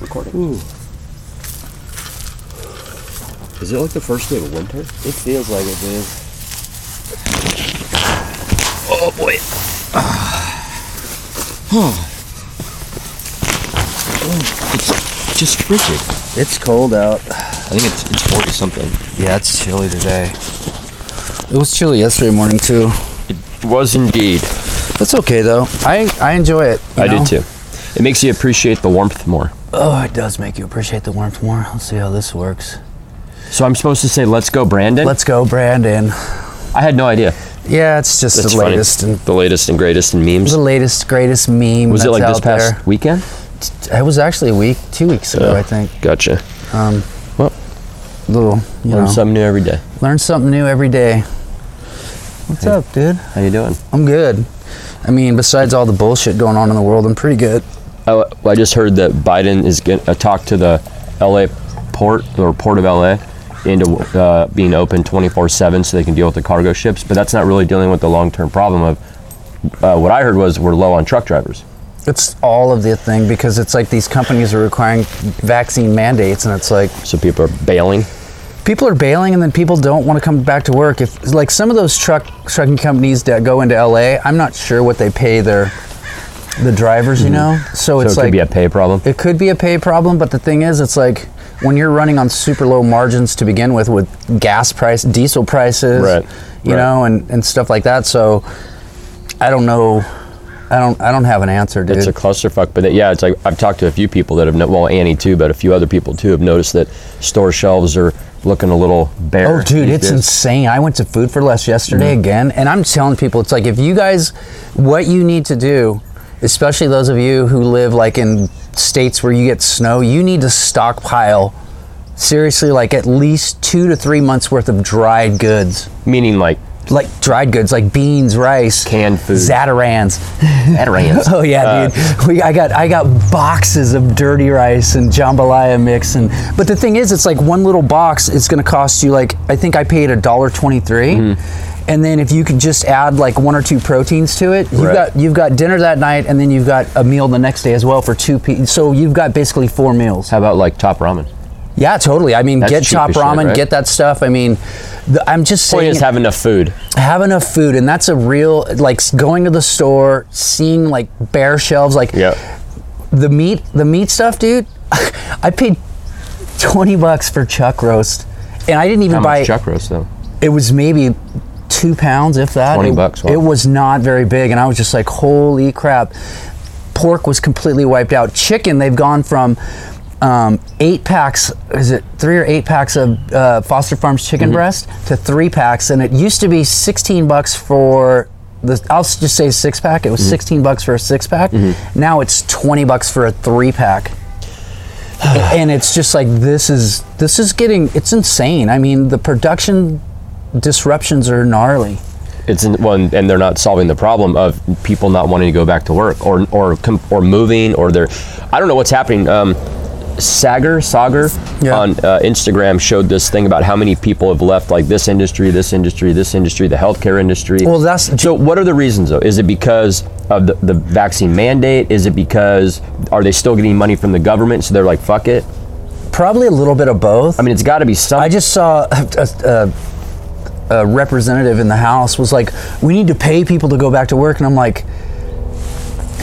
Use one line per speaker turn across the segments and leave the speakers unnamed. recording.
Ooh. Is it like the first day of winter?
It feels like it, dude.
Oh boy. oh, it's just frigid.
It's cold out.
I think it's, it's 40 something.
Yeah, it's chilly today. It was chilly yesterday morning too.
It was indeed.
That's okay though. I I enjoy it. you
I
know?
did too. It makes you appreciate the warmth more.
Oh, it does make you appreciate the warmth more. Let's see how this works.
So I'm supposed to say, let's go, Brandon?
Let's go, Brandon.
I had no idea.
Yeah, it's just
That's
the
funny.
latest and
the latest and greatest in memes.
the latest greatest meme.
Was it
that's
like this
out
past weekend?
there. It was actually a week, two weeks ago, I think.
Gotcha.
Um,
Well,
little, you
learn
know,
something new every day.
learn something new every day. What's up, dude?
How you doing?
I'm good. I mean, besides all the bullshit going on in the world, I'm pretty good.
Oh, well, I just heard that Biden is going to talk to the LA port or port of LA into uh, being open 24/7 so they can deal with the cargo ships, but that's not really dealing with the long-term problem of uh, what I heard was we're low on truck drivers.
It's all of the thing because it's like these companies are requiring vaccine mandates, and it's like
So people are bailing.
people are bailing, and then people don't want to come back to work. If like some of those truck trucking companies that go into LA, I'm not sure what they pay their the drivers, you know. So
Mm-hmm. So
it's
it could
like
be a pay problem.
It could be a pay problem, but the thing is, it's like when you're running on super low margins to begin with, with gas price, diesel prices,
Right,
you
right.
know, and, and stuff like that. So I don't know. I don't. I don't have an answer, dude.
It's a clusterfuck, but it- yeah, it's like I've talked to a few people that have no, well, Annie too, but a few other people too have noticed that store shelves are looking a little bare.
Oh, dude,
these
it's
days.
insane. I went to Food for Less yesterday
Mm-hmm.
again, and I'm telling people, it's like if you guys, what you need to do, especially those of you who live like in states where you get snow, you need to stockpile seriously like at least two to three months worth of dried goods,
meaning like
like dried goods, like beans, rice,
Canned food.
Zatarans.
Atarans.
Oh yeah, dude. We, I got I got boxes of dirty rice and jambalaya mix, and but the thing is, it's like one little box is going to cost you like I think I paid a dollar twenty and then if you could just add like one or two proteins to it, you've
Right.
got you've got dinner that night, and then you've got a meal the next day as well for two people. So you've got basically four meals.
How about like top ramen?
Yeah, totally. I mean,
That's
get
cheap
chop
as shit,
ramen,
right?
get that stuff. I mean, the, I'm just
Point
saying
is have enough food.
have enough food and that's a real like s- going to the store seeing like bare shelves like the meat the meat stuff dude i paid 20 bucks for chuck roast and i didn't even
How
buy
much chuck roast though?
it was maybe two pounds if that
20
It-
bucks, wow.
it was not very big and i was just like holy crap pork was completely wiped out chicken they've gone from um, eight packs is it three or eight packs of uh, foster farms chicken breast to three packs and it used to be 16 bucks for the i'll s- just say six pack it was 16 bucks for a six pack now it's 20 bucks for a three pack and it's just like this is this is getting it's insane. I mean, the production disruptions are gnarly.
It's in, well, and and they're not solving the problem of people not wanting to go back to work or or com- or moving or they're I don't know what's happening. Um, Sagar Sagar
Yeah.
on uh, Instagram showed this thing about how many people have left like this industry, this industry, this industry, the healthcare industry.
Well, that's
So, what are the reasons though? Is it because of the, the vaccine mandate? Is it because are they still getting money from the government? So they're like, fuck it.
probably a little bit of both.
I mean, it's got to be some.
I just saw a, a, a representative in the House was like, "We need to pay people to go back to work," and I'm like,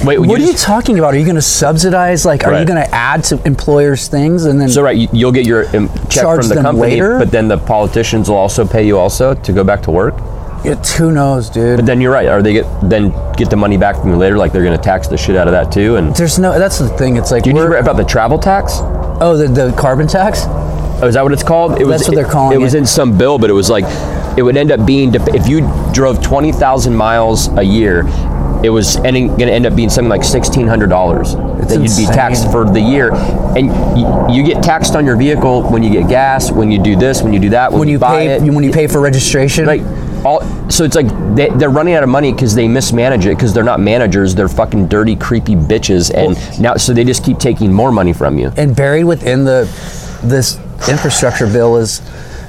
wait,
"What are you
just-
talking about? Are you going to subsidize? Like, are you
Right.
going to add to employers' things?" And then
So right, you- you'll get your um, check
Charge
from the
them
company,
later?
but then the politicians will also pay you also to go back to work.
it, who knows, dude?
But then you're right. Are they get then get the money back from you later? Like they're going to tax the shit out of that too. And
There's no. That's the thing. It's like
you
we're
hear about the travel tax?
oh the, the carbon tax.
Oh, is that what it's called? It
That's what they're calling
It, was
it.
in some bill, but it was like it would end up being dep- if you drove twenty thousand miles a year, it was ending going to end up being something like sixteen hundred dollars that you'd be
insane.
taxed for the year, and y- you get taxed on your vehicle when you get gas, when you do this, when you do that, when,
When you
buy
pay
it,
when you pay for registration,
like all so it's like they, they're running out of money because they mismanage it because they're not managers they're fucking dirty creepy bitches and now so they just keep taking more money from you
and buried within the this infrastructure bill is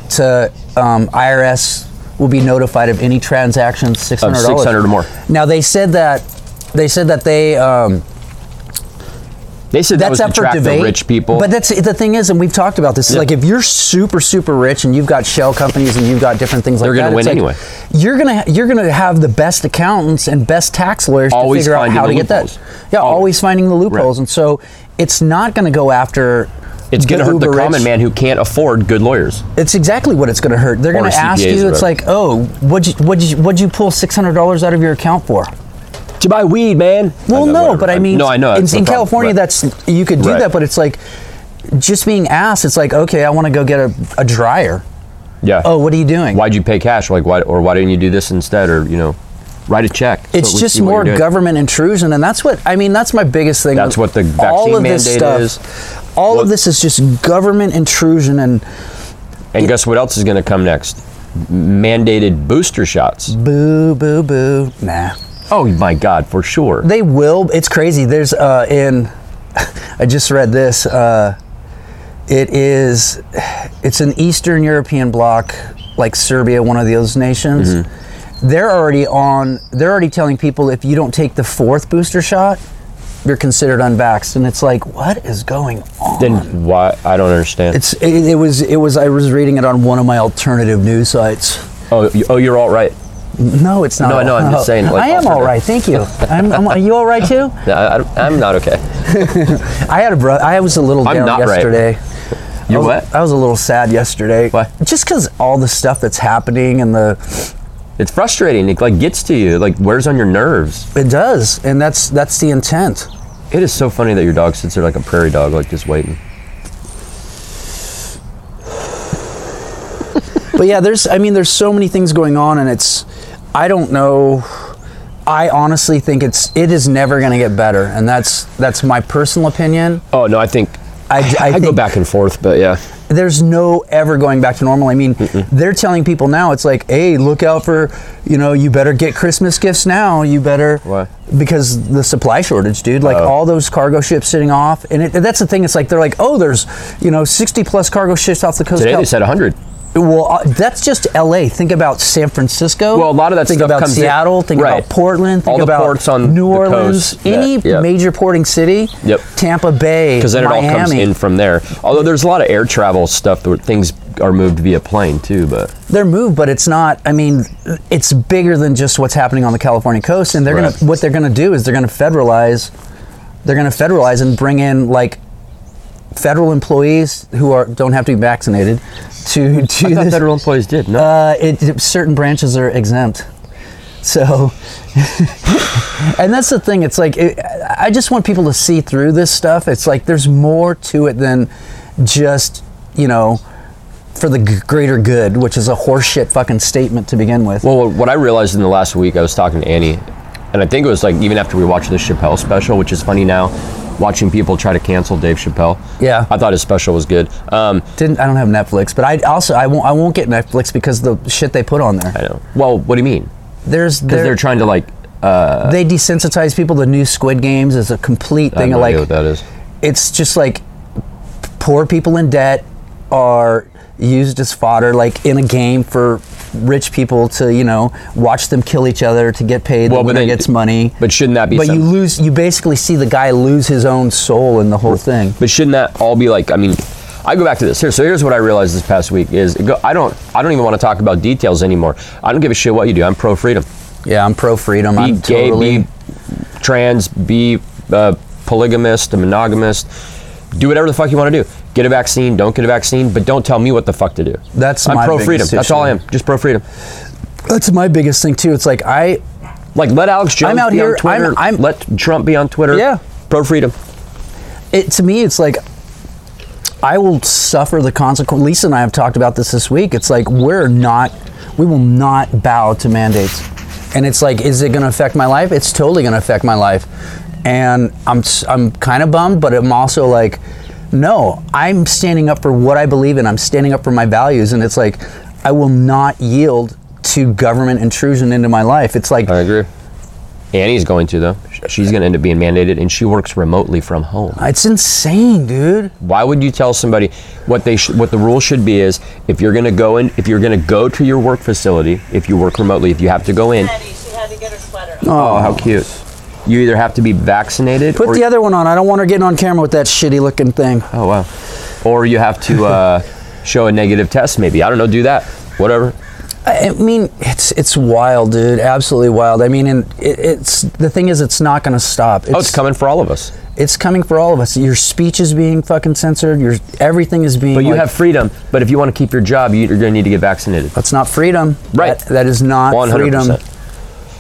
to um, IRS will be notified of any transactions six
of
hundred
600 or more
Now they said that they said that they um,
They said that
that's
was
up
to
for
attract
debate.
the rich people.
But that's the thing is, and we've talked about this. is
Yeah.
Like if you're super super rich and you've got shell companies and you've got different things like
They're gonna
that, it's
win
like,
anyway.
You're gonna you're gonna have the best accountants and best tax lawyers
Always
to figure out
finding
how to
the
get that.
loopholes.
Yeah, always,
Always.
finding the loopholes,
Right.
and so it's not gonna go after.
it's going to hurt the
uber rich.
common man who can't afford good lawyers.
It's exactly what it's going to hurt. They're going
Or
to ask
CPAs
you.
or
It's like,
whatever.
oh, what'd you, what'd you, what'd you pull six hundred dollars out of your account for?
To buy weed, man.
Well,
know,
no,
whatever.
but I mean,
no, I know.
In,
that's the
in
problem,
California,
but-
that's you could do
Right.
that, but it's like just being asked. It's like, okay, I want to go get a, a dryer.
yeah.
Oh, what are you doing?
Why'd you pay cash? Like, why or why didn't you do this instead? Or you know, write a check. so
it's
we
just
see what
more
you're doing.
government intrusion, and that's what I mean. That's my biggest thing.
That's
with
what the
all
vaccine
of this
mandate
stuff,
is.
All
Well-
of this is just government intrusion, and
And guess what else is going to come next? Mandated booster shots.
boo, boo, boo. Nah.
Oh my God, for sure.
They will. It's crazy. There's uh, in. I just read this. Uh, it is. It's an Eastern European bloc, like Serbia, one of those nations.
Mm-hmm.
They're already on. They're already telling people if you don't take the fourth booster shot, you're considered unvaxxed. And it's like, what is going on?
then why? I don't understand.
it's. It, it was. It was. I was reading it on one of my alternative news sites.
oh, you, oh, you're all right.
No, it's not.
No, I know, I'm just saying, like,
I am all
alternative.
right. Thank you. I'm, I'm, are you all right too?
No, I, I- I'm not okay.
I had a brother. I was a little
I'm
down
not right.
yesterday.
You
I was,
what?
I was a little sad yesterday.
Why?
Just because all the stuff that's happening and the
It's frustrating. It like gets to you. Like wears on your nerves.
it does, and that's that's the intent.
It is so funny that your dog sits there like a prairie dog, like just waiting.
But yeah, there's I mean there's so many things going on, and it's I don't know. I honestly think it's it is never going to get better, and that's that's my personal opinion.
Oh no, I think
I- I
go
think-
back and forth, but yeah,
there's no ever going back to normal. I mean, they're telling people now it's like, hey, look out for, you know, you better get Christmas gifts now. You better
Why? Oh.
because the supply shortage, dude. Like all those cargo ships sitting off, and it, that's the thing. It's like they're like, oh, there's, you know, 60 plus cargo ships off the coast.
today
of
they said 100.
well, uh, that's just L.A. Think about San Francisco.
Well, a lot of that
think
stuff
about
comes in-
Seattle. Think
Right.
about Portland. Think
All the
about
ports on
New
the
Orleans.
coast.
Any
Yeah, yeah.
major porting city.
Yep.
Tampa Bay.
because then it all comes
Miami.
in from there. Although there's a lot of air travel stuff where things are moved via plane too, but
they're moved, but it's not. I mean, it's bigger than just what's happening on the California coast. And they're
Right.
gonna what they're gonna do is they're gonna federalize. They're gonna federalize and bring in like federal employees who are don't have to be vaccinated to
I
to
thought
this.
federal employees did. No,
uh, it, it- certain branches are exempt. So, and that's the thing. It's like it, I just want people to see through this stuff. It's like there's more to it than just you know for the g- greater good, which is a horseshit fucking statement to begin with.
Well, what I realized in the last week, I was talking to Annie, and I think it was like even after we watched the Chappelle special, which is funny now, watching people try to cancel Dave Chappelle.
Yeah.
I thought his special was good. Um,
Didn't I don't have Netflix, but I also I won't I won't get Netflix because the shit they put on there.
I know. Well, what do you mean?
There's
Because they're
there,
trying to like.
they desensitize people. The new Squid Games is a complete
I have
thing.
no
of like
idea what that is.
it's just like poor people in debt are used as fodder like in a game for rich people to you know watch them kill each other to get paid
Well,
the
but
winner
then-
gets money
But shouldn't that be?
but you
some-
lose you basically see the guy lose his own soul in the whole thing
But shouldn't that all be like? I mean, I go back to this here. So here's what I realized this past week is it go- I don't I don't even want to talk about details anymore. I don't give a shit what you do. I'm pro freedom.
yeah i'm pro freedom
Be
i'm
gay,
totally
be trans, be uh, polygamist, a monogamist. Do whatever the fuck you want to do. Get a vaccine. Don't get a vaccine. But don't tell me what the fuck to do.
That's
I'm
my
pro
biggest
freedom. That's all I am.
issue.
Just pro freedom.
that's my biggest thing too it's like i
Like let Alex Jones
I'm out
be
here-
on Twitter.
I'm- I'm-
let Trump be on Twitter.
Yeah.
Pro freedom.
it to me it's like I will suffer the consequence. Lisa and I have talked about this this week. It's like we're not, we will not bow to mandates, and it's like, is it going to affect my life? It's totally going to affect my life, and I'm s- I'm kind of bummed, but I'm also like, no, I'm standing up for what I believe in. I'm standing up for my values, and it's like, I will not yield to government intrusion into my life. It's like
I agree. Annie's going to though. She's going to end up being mandated, and she works remotely from home.
it's insane, dude.
Why would you tell somebody what they sh- what the rule should be is if you're going to go in if you're going to go to your work facility if you work remotely if you have to go in.
Patty, she had to get her sweater.
Oh, how cute. you either have to be vaccinated
Oh. Put
or
the other one on. I don't want her getting on camera with that shitty looking thing.
oh wow, or you have to uh, show a negative test. Maybe I don't know. Do that. Whatever.
I I mean, it's it's wild, dude. Absolutely wild. I mean, and it, it's the thing is, it's not going to stop. It's,
Oh, it's coming for all of us.
it's coming for all of us. Your speech is being fucking censored. Your everything is being.
But you
like, Uh,
have freedom. But if you want to keep your job, you- you're going to need to get vaccinated.
That's not freedom.
Right.
That, that is not freedom.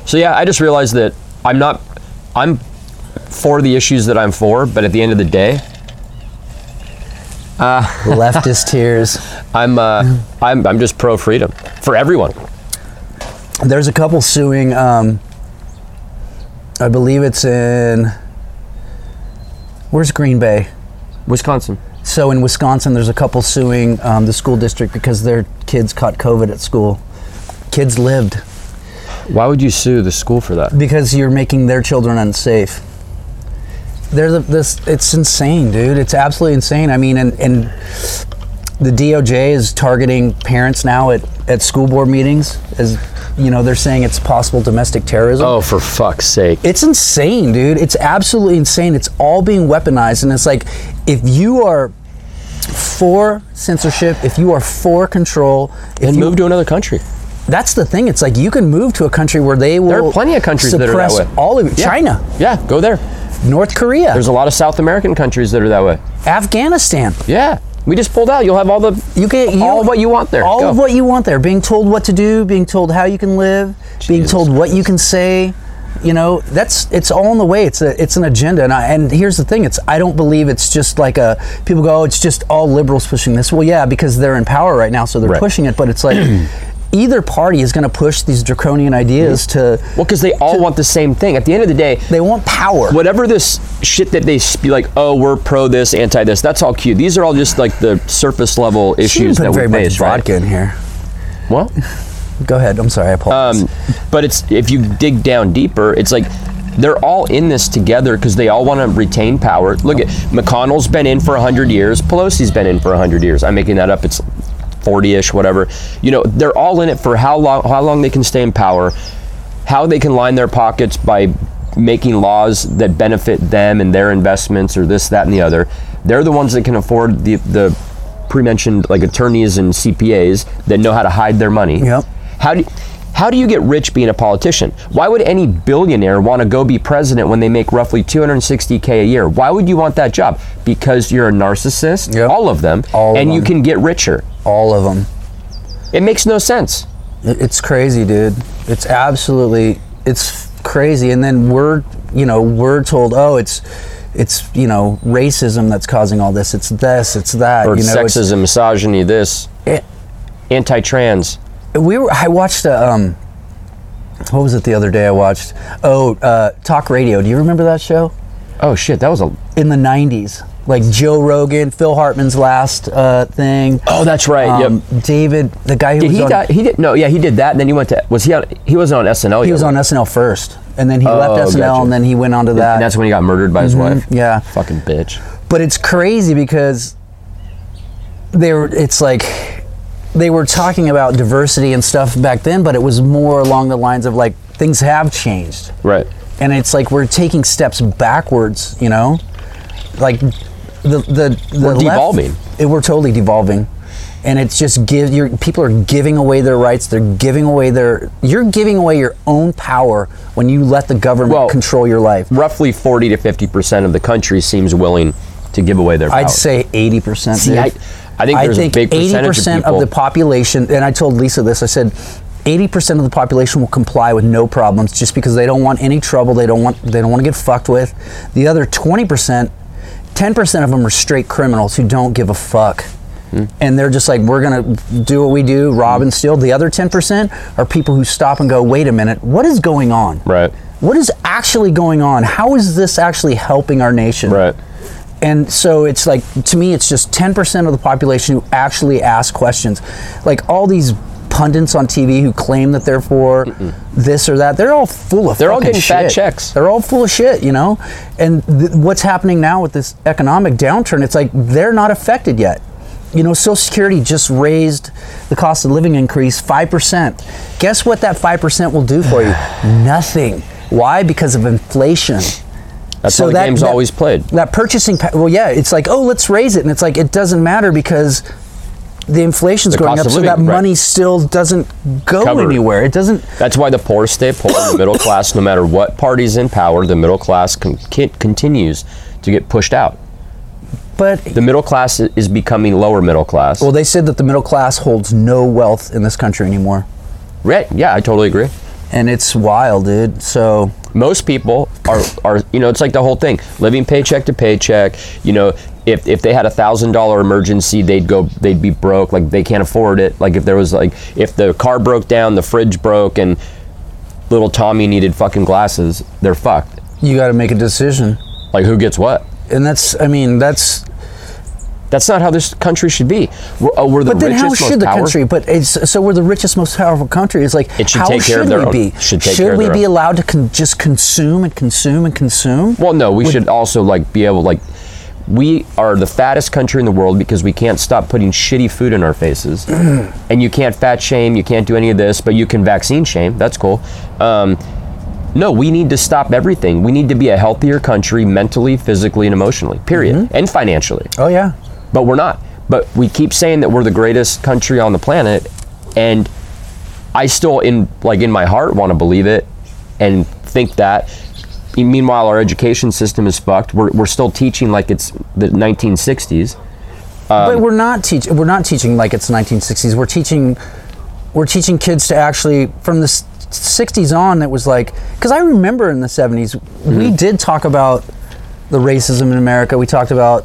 So yeah, I just realized that I'm not. I'm for the issues that I'm for, but at the end of the day,
Leftist tears.
I'm uh, I'm I'm just pro freedom for everyone.
There's a couple suing. Um, I believe it's in. Where's Green Bay?
Wisconsin.
So in Wisconsin, there's a couple suing um, the school district because their kids caught COVID at school. Kids lived
Why would you sue the school for that?
because you're making their children unsafe. There's a, this. It's insane, dude. It's absolutely insane. I mean, and and the DOJ is targeting parents now at at school board meetings as you know they're saying it's possible domestic terrorism.
Oh, for fuck's sake!
It's insane, dude. It's absolutely insane. It's all being weaponized, and it's like if you are for censorship, if you are for control, if
And
you,
move to another country.
that's the thing. It's like you can move to a country where they will.
are plenty of countries that are that
suppress
way.
All of it.
Yeah.
China,
Yeah, go there.
North Korea,
There's a lot of South American countries that are that way.
Afghanistan.
Yeah, we just pulled out. You'll have all the
You get you,
all what you want there.
All
Go.
of what you want there. Being told what to do, being told how you can live, being
Jesus
told what you can say. You know, that's it's all in the way. It's a it's an agenda, and I, and here's the thing. It's I don't believe it's just like a people go. Oh, it's just all liberals pushing this. Well, yeah, because they're in power right now, so they're
Right.
pushing it. But it's like either party is going to push these draconian ideas to.
Well, because they all want the same thing. At the end of the day,
They want power.
whatever this shit that they sp- be like, oh, we're pro this, anti this. That's all cute. These are all just like the surface level
She didn't
issues
put
that
very
we
much
face, right?
vodka in here.
Well,
Go ahead. I'm sorry. I apologize.
um, but it's if you dig down deeper, it's like they're all in this together because they all want to retain power. Look at McConnell's been in for hundred years. Pelosi's been in for hundred years. I'm making that up. It's forty-ish, whatever. You know, they're all in it for how long? How long they can stay in power? How they can line their pockets by making laws that benefit them and their investments, or this, that, and the other. They're the ones that can afford the the pre-mentioned like attorneys and CPAs that know how to hide their money.
Yep.
How do how do you get rich being a politician? Why would any billionaire want to go be president when they make roughly 260k a year? Why would you want that job? Because you're a narcissist,
Yep.
all of them,
All of
and you
them.
can get richer.
all of them.
It makes no sense.
It- It's crazy, dude. It's absolutely it's crazy. And then we're you know we're told oh it's it's you know racism that's causing all this. It's this. It's that.
Or
you know, it's-
sexism, misogyny, this,
it-
anti-trans.
we were I watched a um what was it the other day I watched oh uh, talk radio. Do you remember that show
Oh shit, that was a
in the '90s? Like Joe Rogan, Phil Hartman's last uh, thing.
Oh, that's right.
Um, David, the guy who
Did
was
he
on,
die? He did no, yeah, he did that and then he went to was he on he wasn't on SNL yet.
he was on SNL first, and then he
Oh,
left SNL,
gotcha.
and then he went on to that. Mm-hmm.
and that's when he got murdered by his wife.
yeah.
Fucking bitch.
but it's crazy because they were it's like they were talking about diversity and stuff back then but it was more along the lines of like things have changed
Right.
and it's like we're taking steps backwards you know like the the, the
We're
left-
devolving.
it, we're totally devolving and it's just give your people are giving away their rights they're giving away their you're giving away your own power when you let the government
Well,
control your life
roughly 40 to 50 percent of the country seems willing to give away their power.
I'd say eighty percent.
See, I- I think there's a big percentage of people-
the population, and I told Lisa this. I said. 80% of the population will comply with no problems just because they don't want any trouble they don't want they don't want to get fucked with the other 20% 10% of them are straight criminals who don't give a fuck
Hmm.
and they're just like we're going to do what we do rob and steal the other 10% are people who stop and go wait a minute what is going on
Right.
what is actually going on how is this actually helping our nation
Right.
and so it's like to me it's just 10% of the population who actually ask questions like all these pundits on tv who claim that they're for this or that they're all full of
They're all
fucking
getting fat
shit.
checks.
they're all full of shit you know and th- what's happening now with this economic downturn it's like they're not affected yet you know social security just raised the cost of living increase 5% guess what that 5% will do for you nothing Why? Because of inflation.
That's
So
how the
that-
game's
that-
always played.
That purchasing, pa- well, yeah, it's like, oh, let's raise it. And it's like, it doesn't matter because the inflation's
The
going
cost
up,
of
so that
living, right.
money still doesn't go
Cover.
anywhere. It doesn't,
That's why the poor stay poor, and the middle class, no matter what party's in power, the middle class con- ki- continues to get pushed out.
but
The middle class i- is becoming lower middle class.
Well, they said that the middle class holds no wealth in this country anymore.
right? Yeah, I totally agree.
And it's wild, dude. So,
most people are, are you know it's like the whole thing living paycheck to paycheck you know if, if they had a thousand dollar emergency they'd go they'd be broke like they can't afford it like if there was like if the car broke down the fridge broke and little tommy needed fucking glasses they're fucked
you got to make a decision.
like who gets what
And that's, I mean, that's.
that's not how this country should be we're, oh, we're the
But then
richest
how
most
should the
powerful-
country? But it's so we're the richest, most powerful country. It's like
It should
how
take
should
care of
we
their own-
be?
should take care of
we
their
be
own.
allowed to con- just consume and consume and consume?
Well, no, we should also like be able like we are the fattest country in the world because we can't stop putting shitty food in our faces, and you can't fat shame, you can't do any of this, but you can vaccine shame. That's cool. Um, no, we need to stop everything. We need to be a healthier country mentally, physically, and emotionally. Period, and financially.
Oh yeah,
But we're not. But we keep saying that we're the greatest country on the planet, and I still in like in my heart want to believe it and think that. E, Meanwhile, our education system is fucked. We're, we're still teaching like it's the 1960s. Um,
but we're not teaching. We're not teaching like it's 1960s. We're teaching. We're teaching kids to actually from the s- 60s on. It was like because I remember in the 70s we
Mm-hmm.
did talk about the racism in America. We talked about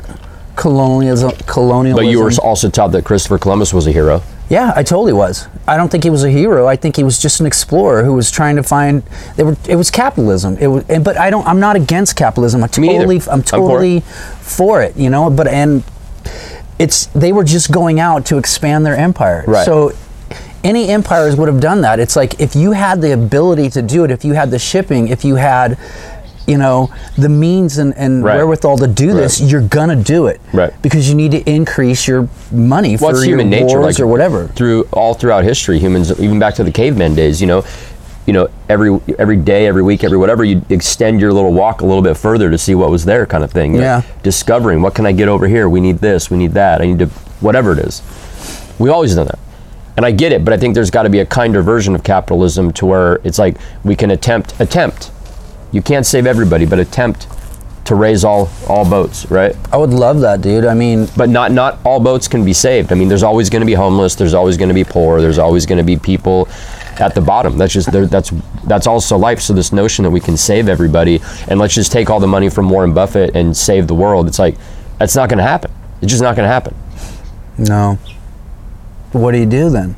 colonialism. Colonialism.
But you were also taught that Christopher Columbus was a hero.
Yeah, I totally was. I don't think he was a hero. I think he was just an explorer who was trying to find. They were. It was capitalism. It was. And, but I don't. I'm not against capitalism. I
Me neither.
totally. I'm
I'm for it.
totally for it. You know. But and it's they were just going out to expand their empire.
Right.
So any empires would have done that. It's like if you had the ability to do it, if you had the shipping, if you had, you know, the means and, and
Right.
wherewithal to do this,
Right.
you're gonna do it.
Right.
Because you need to increase your money
Well,
for
it's
your
human nature,
wars
like
or whatever.
Through all throughout history, humans, even back to the caveman days, you know, you know, every every day, every week, every whatever, you extend your little walk a little bit further to see what was there, kind of thing. you know,
Yeah.
discovering what can I get over here? We need this. We need that. I need to whatever it is. We always done that. And I get it, but I think there's got to be a kinder version of capitalism to where it's like we can attempt attempt. You can't save everybody, but attempt to raise all all boats, right?
I would love that, dude. I mean,
but not not all boats can be saved. I mean, there's always going to be homeless. There's always going to be poor. There's always going to be people at the bottom. That's just there, that's that's also life. So this notion that we can save everybody and let's just take all the money from Warren Buffett and save the world, it's like that's not going to happen. It's just not going to happen.
no. What do you do then?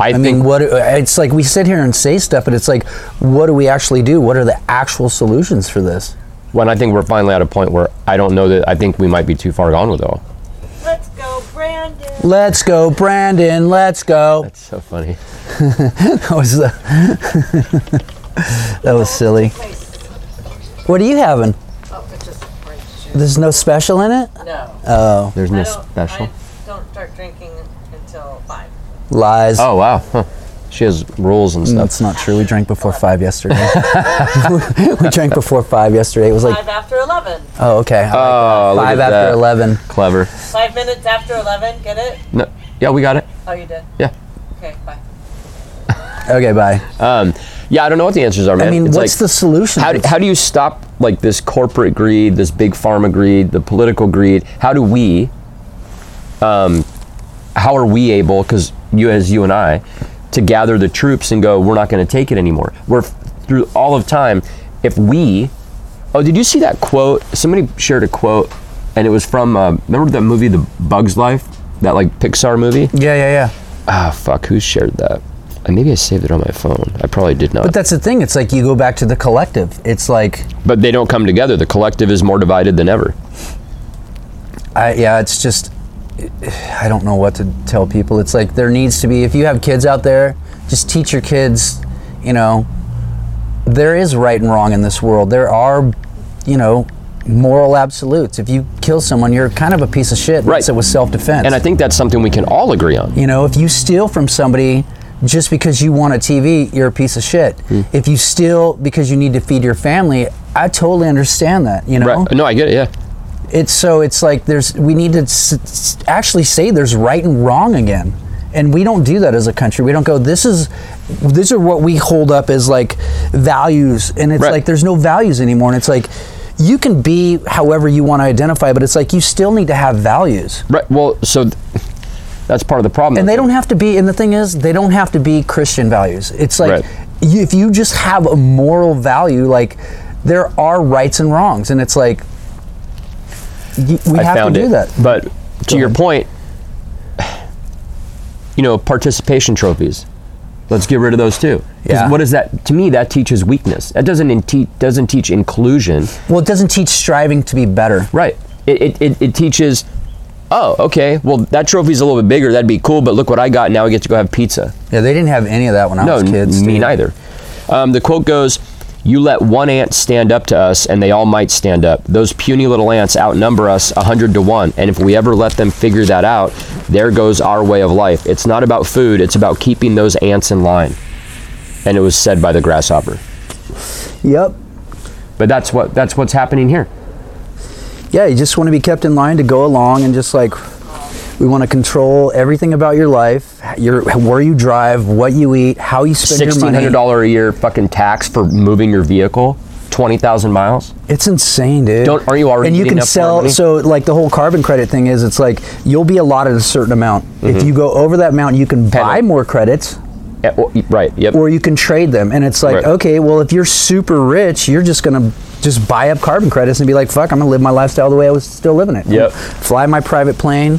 I,
I
think
mean, what? It's like we sit here and say stuff, but it's like, what do we actually do? What are the actual solutions for this?
when I think we're finally at a point where I don't know that I think we might be too far gone with it all.
Let's go, Brandon.
Let's go, Brandon. Let's go.
It's so funny.
That was the, that was silly.
Place.
What are you having?
Oh, it's just orange juice.
There's no special in it.
No.
Oh,
There's
I
no
don't-
special.
I don't start drinking until five.
lies.
Oh wow. Huh. She has rules and stuff.
That's not true. We drank before five yesterday. we drank before five yesterday. It was like,
Five after eleven.
oh, okay. I like
Oh,
that.
look
five
at
after
that.
eleven.
Clever.
Five minutes after eleven. Get it?
No. Yeah, we got it.
Oh, you did.
Yeah.
Okay, bye.
Okay, bye.
Um, yeah, I don't know what the answers are, man.
I mean,
It's
what's
like-
the solution?
how do, how do you stop like this corporate greed, this big pharma greed, the political greed? How do we, um, how are we able? Because you, as you and I, to gather the troops and go, we're not going to take it anymore. We're f- through all of time. If we, oh, did you see that quote? Somebody shared a quote, and it was from uh, remember that movie, The Bug's Life, that like Pixar movie.
yeah, yeah, yeah.
Ah, fuck, who shared that? Uh, Maybe I saved it on my phone. I probably did not.
But that's the thing. It's like you go back to the collective. It's like,
but they don't come together. The collective is more divided than ever.
I yeah, it's just I don't know what to tell people. It's like there needs to be if you have kids out there, just teach your kids, you know, there is right and wrong in this world. There are, you know, moral absolutes. If you kill someone, you're kind of a piece of shit. unless
Right.
It was self-defense.
And I think that's something we can all agree on.
you know, if you steal from somebody, just because you want a TV, you're a piece of shit.
Hmm.
If you still because you need to feed your family, I totally understand that. You know,
Right. No, I get it. Yeah.
it's so it's like there's we need to s- s- actually say there's right and wrong again and we don't do that as a country we don't go this is these are what we hold up as like values and it's
Right.
like there's no values anymore and it's like you can be however you want to identify but it's like you still need to have values
Right. Well, so th- that's part of the problem.
and they don't have to be and the thing is they don't have to be christian values it's like
Right.
you, if you just have a moral value like there are rights and wrongs and it's like y- we
I
have
found
to do
it.
that
But to your
ahead.
point, you know, participation trophies. Let's get rid of those too. 'Cause
Yeah.
What is that? To me, that teaches weakness. That doesn't in te- doesn't teach inclusion.
Well, it doesn't teach striving to be better.
Right. It, it, it, it teaches, oh, okay, well, that trophy's a little bit bigger. That'd be cool, but look what I got. Now I get to go have pizza.
Yeah, they didn't have any of that when I
No,
was kids.
me
dude.
neither. Um, the quote goes, You let one ant stand up to us, and they all might stand up. Those puny little ants outnumber us a 100 to 1. And if we ever let them figure that out, there goes our way of life. It's not about food, it's about keeping those ants in line. And it was said by the grasshopper.
Yep.
But that's what that's what's happening here.
Yeah, you just want to be kept in line to go along and just like we want to control everything about your life, your where you drive, what you eat, how you spend your
Sixteen hundred
money.
dollar a year fucking tax for moving your vehicle twenty thousand miles.
It's insane, dude.
Don't- aren't you already
And you
eating
can
up more
sell
money?
so like the whole carbon credit thing is it's like you'll be allotted a certain amount. If
Mm-hmm.
you go over that amount, you can buy
Penalty.
more credits.
Eh, well, y- Right. Yep.
or you can trade them. And it's like,
Right.
okay, well, if you're super rich, you're just gonna just buy up carbon credits and be like, fuck, I'm gonna live my lifestyle the way I was still living it.
Yep.
Fly my private plane.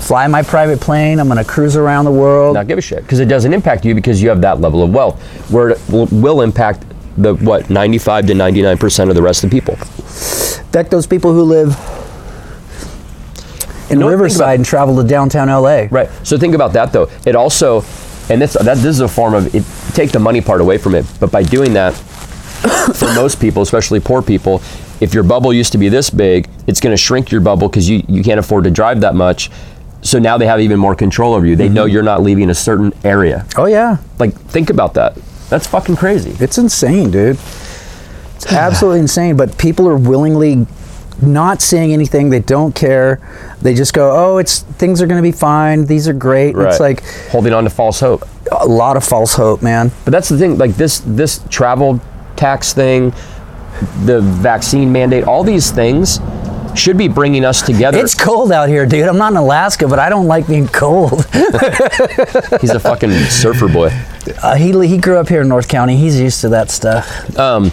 Fly my private plane. I'm gonna cruise around the world.
not give a shit because it doesn't impact you because you have that level of wealth where it will- will impact the what 95 to 99 percent of the rest of the people
Deck those people who live in
No, think about-
Riverside and travel to downtown LA.
right so think about that though it also and this that this is a form of it take the money part away from it but by doing that for most people especially poor people if your bubble used to be this big it's going to shrink your bubble because you, you can't afford to drive that much so now they have even more control over you
Mm-hmm.
they know you're not leaving a certain area
Oh yeah.
like think about that that's fucking crazy
It's insane, dude. It's absolutely insane. But people are willingly not saying anything. They don't care. They just go, "Oh, it's things are going to be fine. These are great." And It's like
holding on to false hope
a lot of false hope, man.
But that's the thing, like this this travel tax thing, the vaccine mandate, all these things should be bringing us together.
It's cold out here, dude. I'm not in Alaska, but I don't like being cold.
He's a fucking surfer boy.
Uh, he he grew up here in North County. He's used to that stuff.
Um,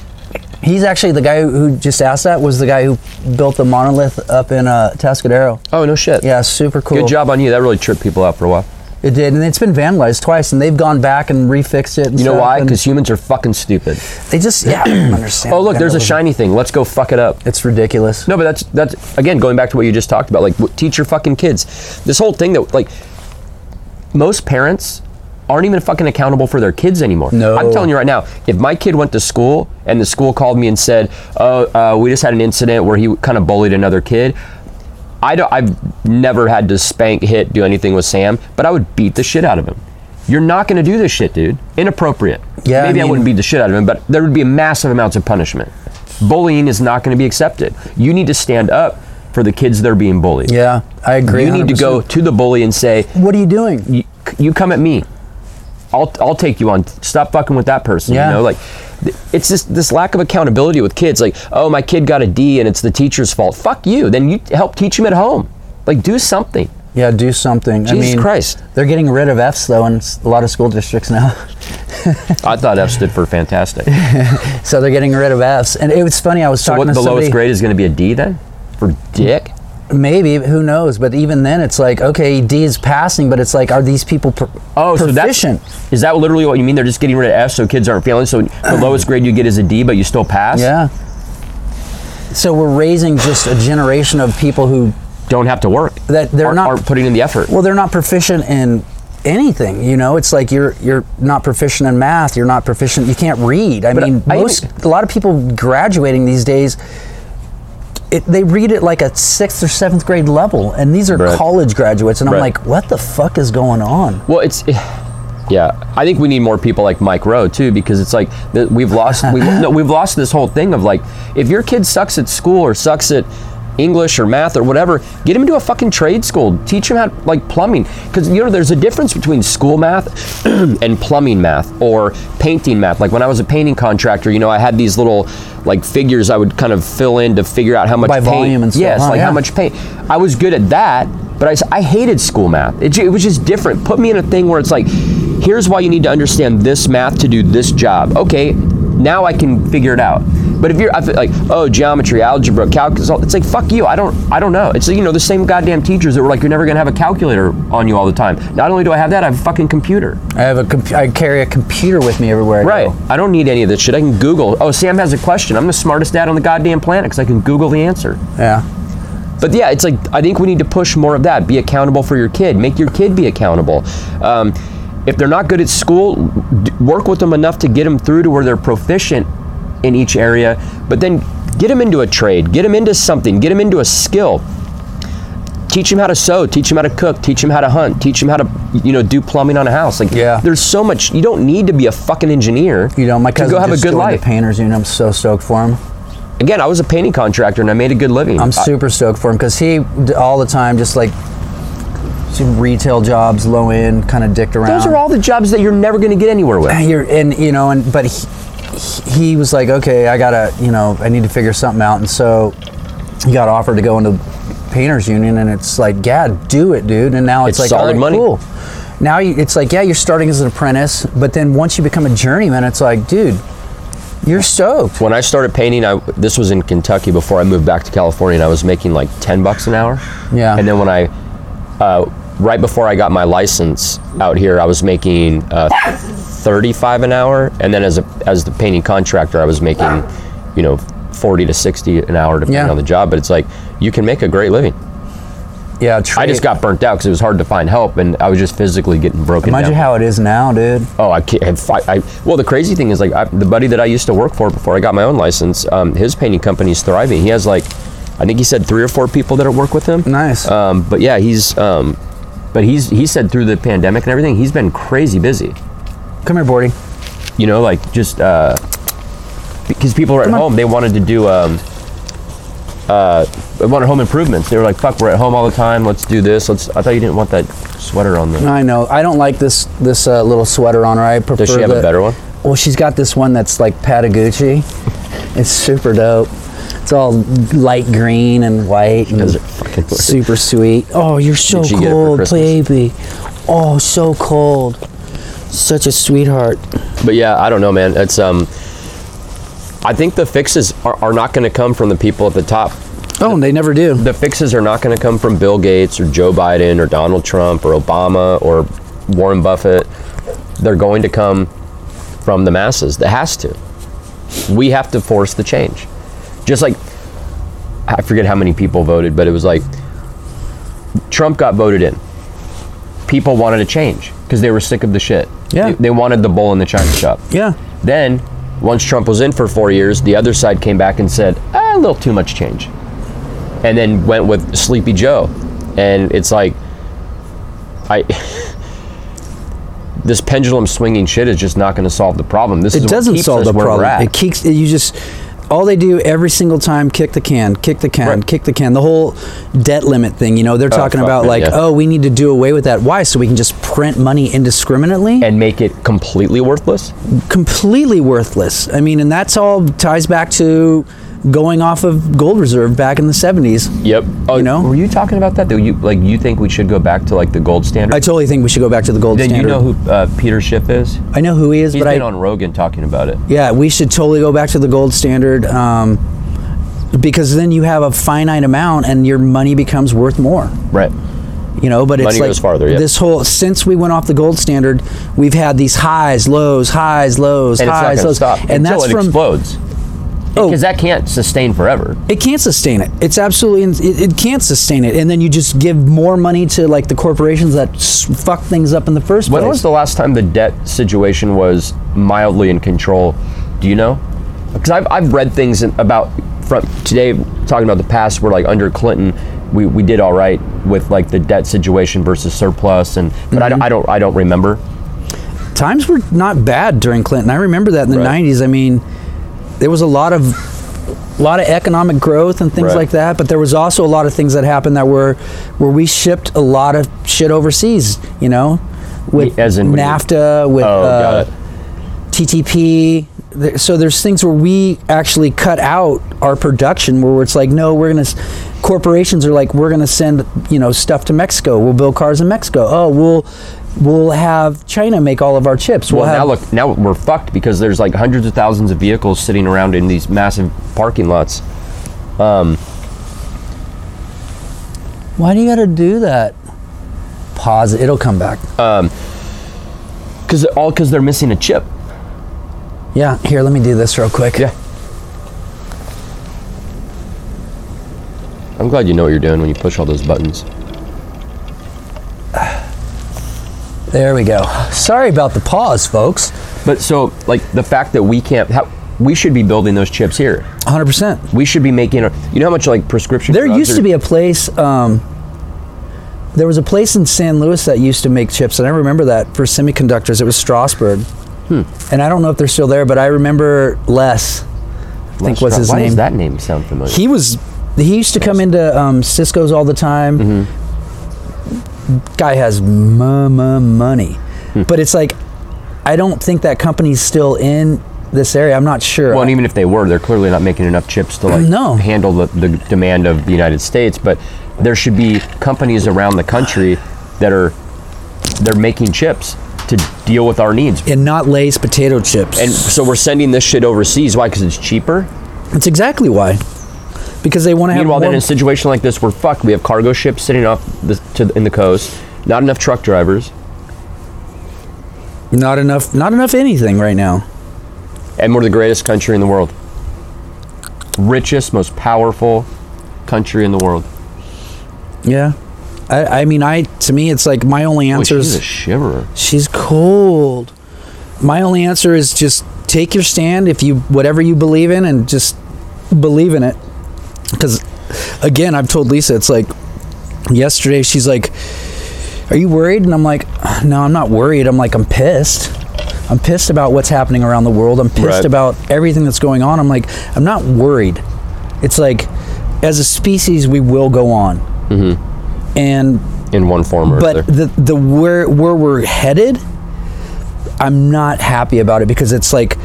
He's actually the guy who- who just asked that was the guy who built the monolith up in uh, Tascadero.
oh no shit.
Yeah, super cool.
Good job on you. That really tripped people out for a while.
It did, and it's been vandalized twice, and they've gone back and refixed it. And
You know
stuff,
why?
and-
Because humans are fucking stupid.
They just yeah, I don't understand.
Oh look,
That
there's a
really-
shiny thing. Let's go fuck it up.
It's ridiculous.
No, but that's that's again going back to what you just talked about. Like, w- teach your fucking kids. This whole thing that like most parents aren't even fucking accountable for their kids anymore.
No.
I'm telling you right now. If my kid went to school and the school called me and said, "Oh, uh, we just had an incident where he kind of bullied another kid," I don't. I've never had to spank, hit, do anything with Sam, but I would beat the shit out of him. You're not going to do this shit, dude. Inappropriate.
Yeah, I
Maybe I
mean-
wouldn't beat the shit out of him, but there would be massive amounts of punishment. Bullying is not going to be accepted. You need to stand up for the kids that are being bullied.
Yeah, I agree.
You need to go
100%.
to the bully and say,
What are you doing?
you, you come at me. I'll, I'll take you on. Stop fucking with that person.
Yeah.
You know, like th- it's just this lack of accountability with kids. Like, oh, my kid got a D and it's the teacher's fault. Fuck you. Then you help teach him at home. Like, do something.
Yeah, do something. I
Jesus
mean,
Christ.
They're getting rid of Fs though in s- a lot of school districts now.
I thought F stood for fantastic.
so they're getting rid of Fs, and it was funny. I was
so
talking
what? The
to somebody.
lowest grade is going to be a D then, for dick.
Maybe who knows? But even then, it's like okay, D is passing, but it's like, are these people per-
Oh, so that's
proficient?
is that literally what you mean? They're just getting rid of F so kids aren't failing. So the lowest grade you get is a D, but you still pass.
yeah. So we're raising just a generation of people who
Don't have to work.
That they're
aren't,
not-
aren't putting in the effort.
Well, they're not proficient in anything. You know, it's like you're you're not proficient in math. You're not proficient. You can't read. I
But
mean,
I- I
most a lot of people graduating these days. It, they read it like a sixth or seventh grade level, and these are
Right.
college graduates, and I'm
Right.
like, what the fuck is going on?
Well, it's Yeah, I think we need more people like Mike Rowe too, because it's like th- we've lost we, no, we've lost this whole thing of like if your kid sucks at school or sucks at English or math or whatever, get him into a fucking trade school. Teach him how to, like plumbing, because you know there's a difference between school math and plumbing math or painting math. Like when I was a painting contractor, you know I had these little like figures I would kind of fill in to figure out how much
By
paint-
volume and stuff,
Yes,
huh?
like how
Yeah.
much much pain. I was good at that, but I s- I, hated school math. It, ju- it was just different. Put me in a thing where it's like, here's why you need to understand this math to do this job. Okay, now I can figure it out. But if you're I feel like, oh, geometry, algebra, calculus, all- it's like fuck you. I don't, I don't know. It's you know the same goddamn teachers that were like, you're never gonna have a calculator on you all the time. Not only do I have that, I have a fucking computer.
I have a comp- I carry a computer with me everywhere I
Right.
go.
I don't need any of this shit. I can Google. Oh, Sam has a question. I'm the smartest dad on the goddamn planet because I can Google the answer.
Yeah.
But yeah, it's like I think we need to push more of that. Be accountable for your kid. Make your kid be accountable. Um, if they're not good at school, d- work with them enough to get them through to where they're proficient in each area. But then get them into a trade. Get them into something. Get them into a skill. Teach them how to sew. Teach them how to cook. Teach them how to hunt. Teach them how to you know do plumbing on a house. Like
Yeah.
there's so much. You don't need to be a fucking engineer.
You know, my
to
cousin
go have a
just
good
joined
life.
the painters union. I'm so stoked for him.
Again, I was a painting contractor and I made a good living.
I'm
I-
super stoked for him because he d- all the time just like some retail jobs, low end, kind of dicked around.
those are all the jobs that you're never going to get anywhere with.
And you're and you know and but he, he he was like okay i gotta you know i need to figure something out and so he got offered to go into painters union and it's like yeah do it dude and now it's,
It's
like all
solid
right,
money.
cool. now you, it's like yeah you're starting as an apprentice but then once you become a journeyman it's like dude you're stoked
when I started painting, I this was in Kentucky before I moved back to California, and I was making like ten bucks an hour.
Yeah.
And then when I, uh, right before I got my license out here, I was making uh, thirty-five an hour, and then as a as the painting contractor, I was making, you know, forty to sixty an hour depending
Yeah.
on the job. But it's like you can make a great living.
yeah
I just
trade-
got burnt out because it was hard to find help, and I was just physically getting broken
Mind
down.
you, how it is now, dude.
Oh, I can't. Have fi- I, well, the crazy thing is, like, I, the buddy that I used to work for before I got my own license, um, his painting company's thriving. He has like, I think he said three or four people that work with him.
Nice.
Um, but yeah, he's, um, but he's he said through the pandemic and everything, he's been crazy busy.
Come here, Bordy.
You know, like just uh, because people were at home, they wanted to do. Um, uh, they wanted home improvements. They were like, "Fuck, we're at home all the time. Let's do this. Let's." I thought you didn't want that sweater on. The,
I know. I don't like this this uh, little sweater on her. I prefer.
does she have
the-
a better one?
Well, she's got this one that's like Patagucci. it's super dope. It's all light green and white and
Those are fucking weird.
super sweet. Oh, you're so
she get it for
cold,
Christmas?
baby. Oh, so cold. Such a sweetheart.
But yeah, I don't know, man. It's um, I think the fixes are, are not going to come from the people at the top.
Oh, and they never do.
The fixes are not going to come from Bill Gates or Joe Biden or Donald Trump or Obama or Warren Buffett. They're going to come from the masses. That has to. We have to force the change. Just like I forget how many people voted, but it was like Trump got voted in. People wanted a change because they were sick of the shit.
Yeah.
They, they wanted the bull in the china shop.
Yeah.
Then, once Trump was in for four years, the other side came back and said, ah, a little too much change. And then went with Sleepy Joe. And it's like, I. This pendulum swinging shit is just not going to solve the problem. This is
It
what
doesn't
keeps
solve
us
the
where we're
problem.
at.
It keeps you just all they do every single time kick the can, kick the can,
Right.
kick the can. The whole debt limit thing, you know, they're talking
fuck
about
me,
like,
yeah.
oh, we need to do away with that. Why? So we can just print money indiscriminately?
and make it completely worthless.
completely worthless. I mean, and that's all ties back to going off of gold reserve back in the 70s.
Yep. Oh,
You know?
were you talking about that? That you like you think we should go back to like the gold standard?
I totally think we should go back to the gold
then
standard.
you know who uh, Peter Schiff is.
I know who he is,
He's
but I
been on Rogan talking about it.
yeah, we should totally go back to the gold standard um, because then you have a finite amount and your money becomes worth more.
Right.
you know but it's
Money
like
goes farther, yeah.
this whole since we went off the gold standard we've had these highs lows highs lows
And it's not
highs
going to
lows
stop
and
until
that's
it
from
explodes.
Oh.
Because that can't sustain forever.
it can't sustain it it's absolutely ins- it, it can't sustain it and then you just give more money to like the corporations that s- fuck things up in the first
When
place
was the last time the debt situation was mildly in control? Do you know? Because I've, I've read things in- about from today talking about the past where like under Clinton we, we did all
Mm-hmm.
right with like the debt situation versus surplus and but I don't I don't I don't remember.
times were not bad during Clinton. I remember that in the
Right.
'90s. I mean, there was a lot of a lot of economic growth and things
Right.
like that, but there was also a lot of things that happened that were where we shipped a lot of shit overseas. You know, with
As in when you-
NAFTA, with
Oh,
uh,
got it.
TTP. There- So there's things where we actually cut out our production, where it's like, no, we're gonna. s- Corporations are like, we're gonna send you know stuff to Mexico. We'll build cars in Mexico. Oh, we'll we'll have China make all of our chips. We'll,
Well,
have
now look, now we're fucked because there's like hundreds of thousands of vehicles sitting around in these massive parking lots.
Why do you gotta do that? Pause. it, It'll come back.
Cause all because they're missing a chip.
yeah. Here, let me do this real quick.
Yeah. I'm glad you know what you're doing when you push all those buttons.
There we go. Sorry about the pause, folks.
But so, like the fact that we can't, how, we should be building those chips here.
100. percent
We should be making. You know how much like prescription.
There
drugs
used
are-
to be a place. Um, there was a place in San Luis that used to make chips, and I remember that for semiconductors. It was Strasbourg,
Hmm.
and I don't know if they're still there, but I remember Les. I think was his
Why
name.
does that name sound familiar?
He was. He used to come into um, Cisco's all the time.
Mm-hmm.
Guy has mu- mu- money,
Hmm.
but it's like I don't think that company's still in this area. I'm not sure.
Well, and even if they were, they're clearly not making enough chips to like
No.
handle the, the demand of the United States. But there should be companies around the country that are they're making chips to deal with our needs.
and not Lay's potato chips.
And so we're sending this shit overseas. Why? Because it's cheaper.
That's exactly why. Because they want to have more
Meanwhile, then in a situation like this, we're fucked. We have cargo ships sitting off the, to, in the coast. Not enough truck drivers.
not enough not enough anything right now.
and we're the greatest country in the world. Richest, most powerful country in the world.
Yeah. I, I mean I to me it's like my only
Boy,
answer
she's a
is
shiverer.
she's cold. My only answer is just take your stand if you whatever you believe in and just believe in it. Cuz again, I've told Lisa it's like yesterday she's like are you worried? And I'm like, no, I'm not worried. I'm like, I'm pissed. I'm pissed about what's happening around the world. I'm pissed
Right.
about everything that's going on. I'm like, I'm not worried. It's like, as a species, we will go on. And
In one form or
but
another.
the the where where we're headed, I'm not happy about it because it's like,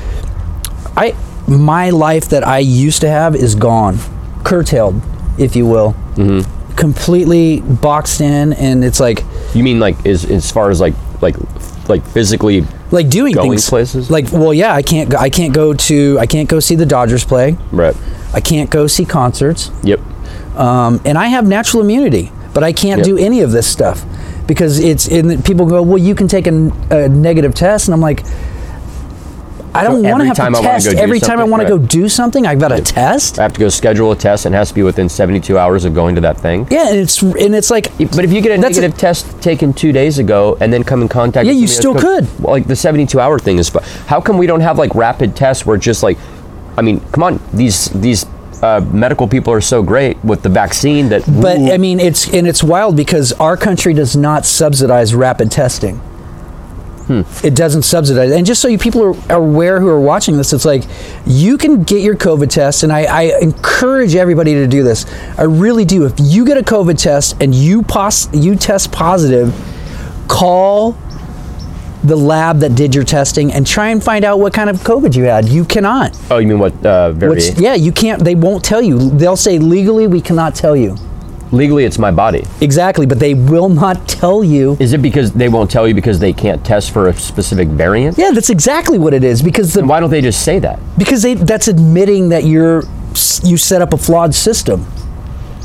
I my life that I used to have is gone, curtailed, if you will,
Mm-hmm.
completely boxed in, and it's like.
You mean like as, as far as like like like physically
like doing
Going
things
places?
like well yeah i can't go i can't go to i can't go see the dodgers play
right.
i can't go see concerts
Yep.
um, and i have natural immunity but i can't
Yep.
do any of this stuff because it's and people go well you can take a, n- a negative test and i'm like i don't want
every
to have
time I
to
wanna
test
go do
every time i
something,
want
right.
to go do something i've got to test
I have to go schedule a test and it has to be within 72 hours of going to that thing.
yeah and it's and it's like
But if you get a
That's a-
negative test taken two days ago and then come in contact,
Yeah,
with
you
somebody that's
still
come-
could.
Well, Like the seventy-two hour thing is. fu- How come we don't have like rapid tests where it's just like, I mean, come on, these these uh, medical people are so great with the vaccine that.
but i mean it's and it's wild because our country does not subsidize rapid testing it doesn't subsidize and just so you people are aware who are watching this it's like you can get your covid test and I, I encourage everybody to do this i really do if you get a covid test and you pos- you test positive call the lab that did your testing and try and find out what kind of covid you had you cannot
oh, you mean what? Uh, very
What's, yeah you can't they won't tell you they'll say legally we cannot tell you
legally, it's my body.
Exactly, but they will not tell you.
Is it because they won't tell you because they can't test for a specific variant?
Yeah, that's exactly what it is because
Then
the
why don't they just say that?
because they that's admitting that you're you set up a flawed system.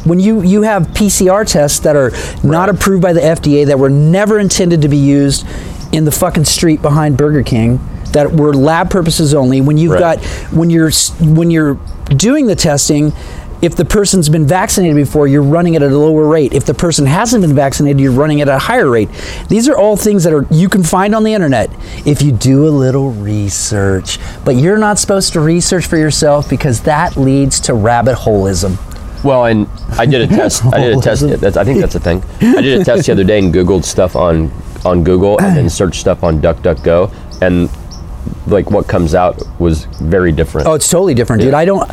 When you you have PCR tests that are not approved by the FDA that were never intended to be used in the fucking street behind Burger King that were lab purposes only. When you've
Right.
got when you're s- when you're doing the testing if the person's been vaccinated before you're running it at a lower rate if the person hasn't been vaccinated you're running it at a higher rate these are all things that are you can find on the internet if you do a little research but you're not supposed to research for yourself because that leads to rabbit holism
Well, and I did a test. I did a test. That's, I think that's a thing. I did a test the other day and Googled stuff on on Google and then search stuff on DuckDuckGo, and like what comes out was very different.
Oh, it's totally different, dude.
Yeah.
I don't,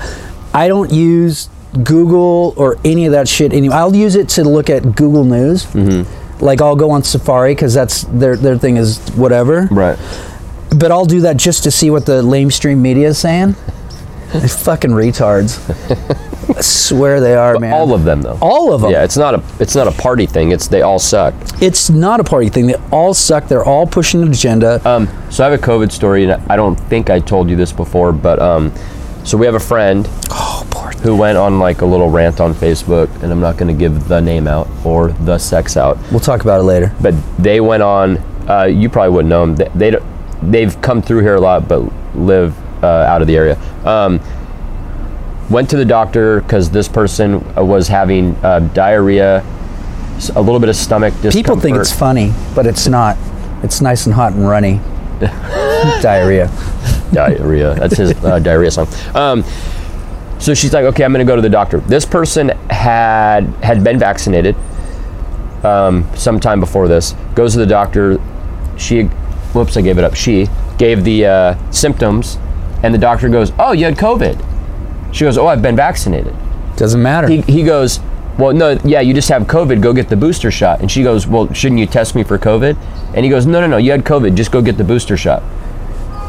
I don't use Google or any of that shit anymore. I'll use it to look at Google News.
Mm-hmm.
Like I'll go on Safari because that's their their thing is whatever.
Right.
But I'll do that just to see what the lamestream media is saying. They're fucking retards. I swear they are, man.
All of them though.
All of them.
Yeah, it's not a it's not a party thing. It's they all suck.
It's not a party thing. They all suck. They're all pushing an agenda.
Um, so I have a COVID story, and I don't think I told you this before, but um, so we have a friend
oh, poor.
who went on like a little rant on Facebook, and I'm not going to give the name out or the sex out,
We'll talk about it later.
but they went on. Uh, you probably wouldn't know them. They, they don't- they've come through here a lot, but live uh, out of the area. Um, went to the doctor because this person uh, was having uh, diarrhea, s- a little bit of stomach discomfort.
People think it's funny, but it's not. It's nice and hot and runny. Diarrhea.
diarrhea. That's his uh, diarrhea song. Um, so she's like, okay, I'm going to go to the doctor. This person had had been vaccinated um, sometime before this. Goes to the doctor. She, whoops, I gave it up. She gave the uh, symptoms, and the doctor goes, oh, you had COVID. She goes, oh, I've been vaccinated.
Doesn't matter.
He, he goes, well, no, yeah, you just have COVID. Go get the booster shot. And she goes, well, shouldn't you test me for COVID? And he goes, no, no, no, you had COVID. Just go get the booster shot.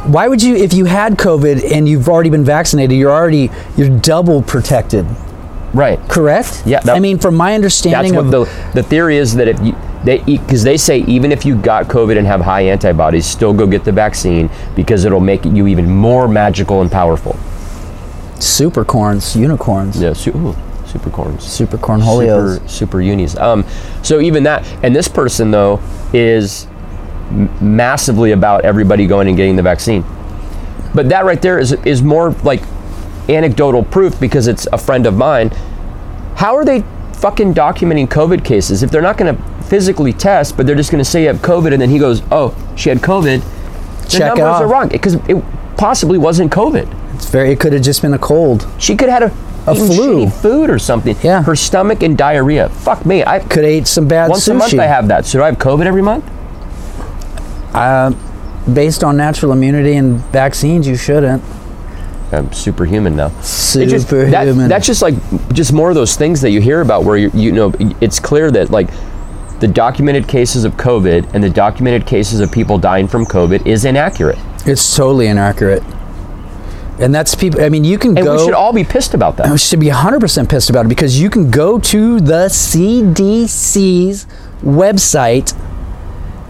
Why would you, if you had COVID and you've already been vaccinated, you're already you're double protected,
Right.
correct?
Yeah, that-
I mean, from my
That's
understanding
what
of
the the theory is that if you they because they say even if you got COVID and have high antibodies, still go get the vaccine because it'll make you even more magical and powerful.
supercorns, unicorns,
Yeah, su- ooh, supercorns,
supercorn holios.
super super unis. Um, so even that and this person though is m- massively about everybody going and getting the vaccine, but that right there is is more like anecdotal proof because it's a friend of mine how are they fucking documenting COVID cases if they're not going to physically test, but they're just going to say you have COVID, and then he goes, "Oh, she had COVID." The
Check it
numbers
off.
are wrong because it possibly wasn't COVID.
It's very. It could have just been a cold.
She could have had a,
A
eaten
flu.
shitty food or something.
Yeah.
her stomach and diarrhea. Fuck me. I
Could have ate some bad
once
sushi.
a month I have that. So do I have COVID every month?
Uh, Based on natural immunity and vaccines, you shouldn't.
I'm superhuman now. It just- that-
Superhuman.
that's just like just more of those things that you hear about where you, you know it's clear that like the documented cases of COVID and the documented cases of people dying from COVID is inaccurate.
It's totally inaccurate. And that's people. I mean, you can
And
go.
we should all be pissed about
I
that.
should be 100% pissed about it because you can go to the CDC's website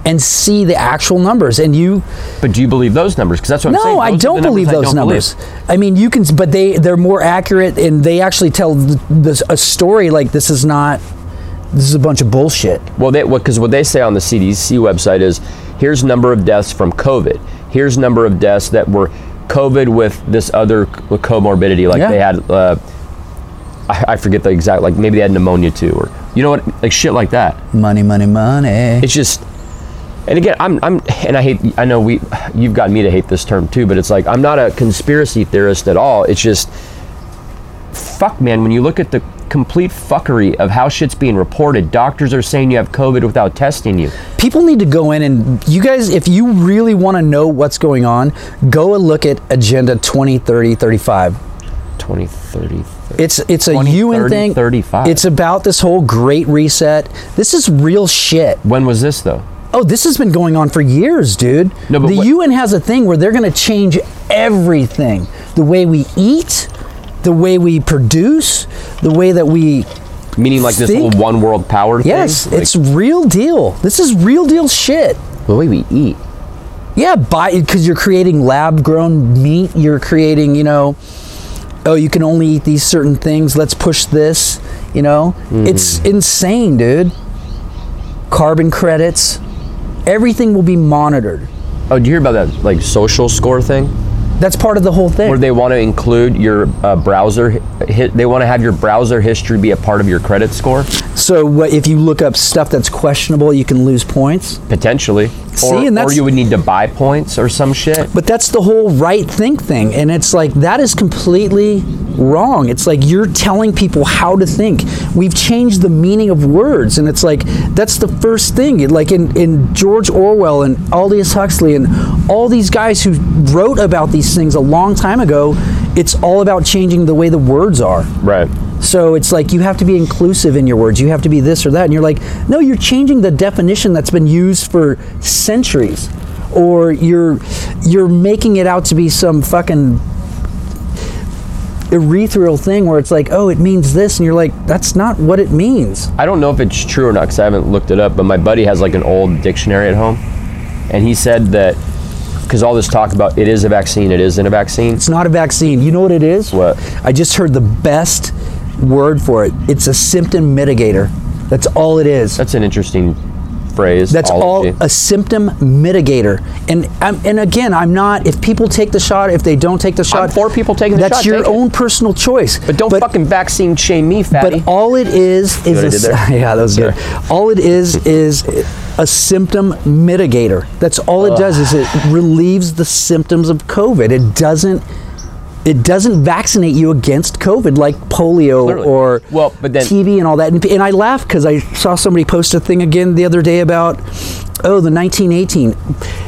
and see the actual numbers. And you,
But do you believe those numbers? Because that's what I'm saying.
no, I
Those are the
don't
numbers
believe
I
those
don't
numbers.
believe.
I mean, you can, but they they're more accurate and they actually tell th- this, a story like this is not. This is a bunch of bullshit.
Well, they because what they say on the CDC website is here's number of deaths from COVID. Here's number of deaths that were COVID with this other c- comorbidity, like
Yeah.
they had. Uh, I, I forget the exact. Like maybe they had pneumonia too, or you know what, like shit like that.
Money, money, money.
It's just. And again, I'm, I'm, and I hate, I know we, you've got me to hate this term too, but it's like, I'm not a conspiracy theorist at all. It's just, fuck, man, when you look at the complete fuckery of how shit's being reported, doctors are saying you have COVID without testing you.
people need to go in and you guys if you really want to know what's going on go and look at agenda 20 30 35
20, 30, 30.
it's it's a
20,
UN
30,
thing
35.
it's about this whole great reset this is real shit
When was this though?
oh this has been going on for years dude
No, but
the
what-
UN has a thing where they're going to change everything the way we eat the way we produce the way that we
Meaning like this
Think-
whole one world power thing?
yes
Like,
it's real deal this is real deal shit
the way we eat.
Yeah, buy because you're creating lab grown meat. You're creating, you know, oh, you can only eat these certain things. Let's push this. You know, it's insane, dude. Carbon credits, everything will be monitored.
Oh, do you hear about that like social score thing?
That's part of the whole
Where
thing.
they want to include your uh, browser hi- they want to have your browser history be a part of your credit score
So what, if you look up stuff that's questionable, you can lose points.
potentially. or,
See, and
or
that's-
you would need to buy points or some shit.
But that's the whole right think thing. And it's like, that is completely wrong. It's like you're telling people how to think. We've changed the meaning of words. And it's like, that's the first thing. Like in, in George Orwell and Aldous Huxley and all these guys who wrote about these things a long time ago, it's all about changing the way the words are.
Right.
So it's like you have to be inclusive in your words. You have to be this or that. And you're like, no, you're changing the definition that's been used for centuries. Or you're you're making it out to be some fucking urethral thing where it's like, oh, it means this, and you're like, that's not what it means.
I don't know if it's true or not because I haven't looked it up, but my buddy has like an old dictionary at home. And he said that because all this talk about it is a vaccine, it isn't a vaccine.
It's not a vaccine. You know what it is?
What?
I just heard the best word for it. It's a symptom mitigator. That's all it is.
That's an interesting phrase.
That's all
ology.
a symptom mitigator. And I'm, and again, I'm not. If people take the shot, if they don't take the shot,
for people taking the
that's
shot,
your
take it.
own personal choice.
But don't fucking vaccine shame me, fatty.
But all it is is
what I
a
did
s-
there?
yeah, that was good. All it is is a symptom mitigator. That's all it does is it relieves the symptoms of COVID. It doesn't it doesn't vaccinate you against COVID like polio
Clearly.
or
Well, but then-
TB and all that. And, and I laugh because I saw somebody post a thing again the other day about oh the 1918.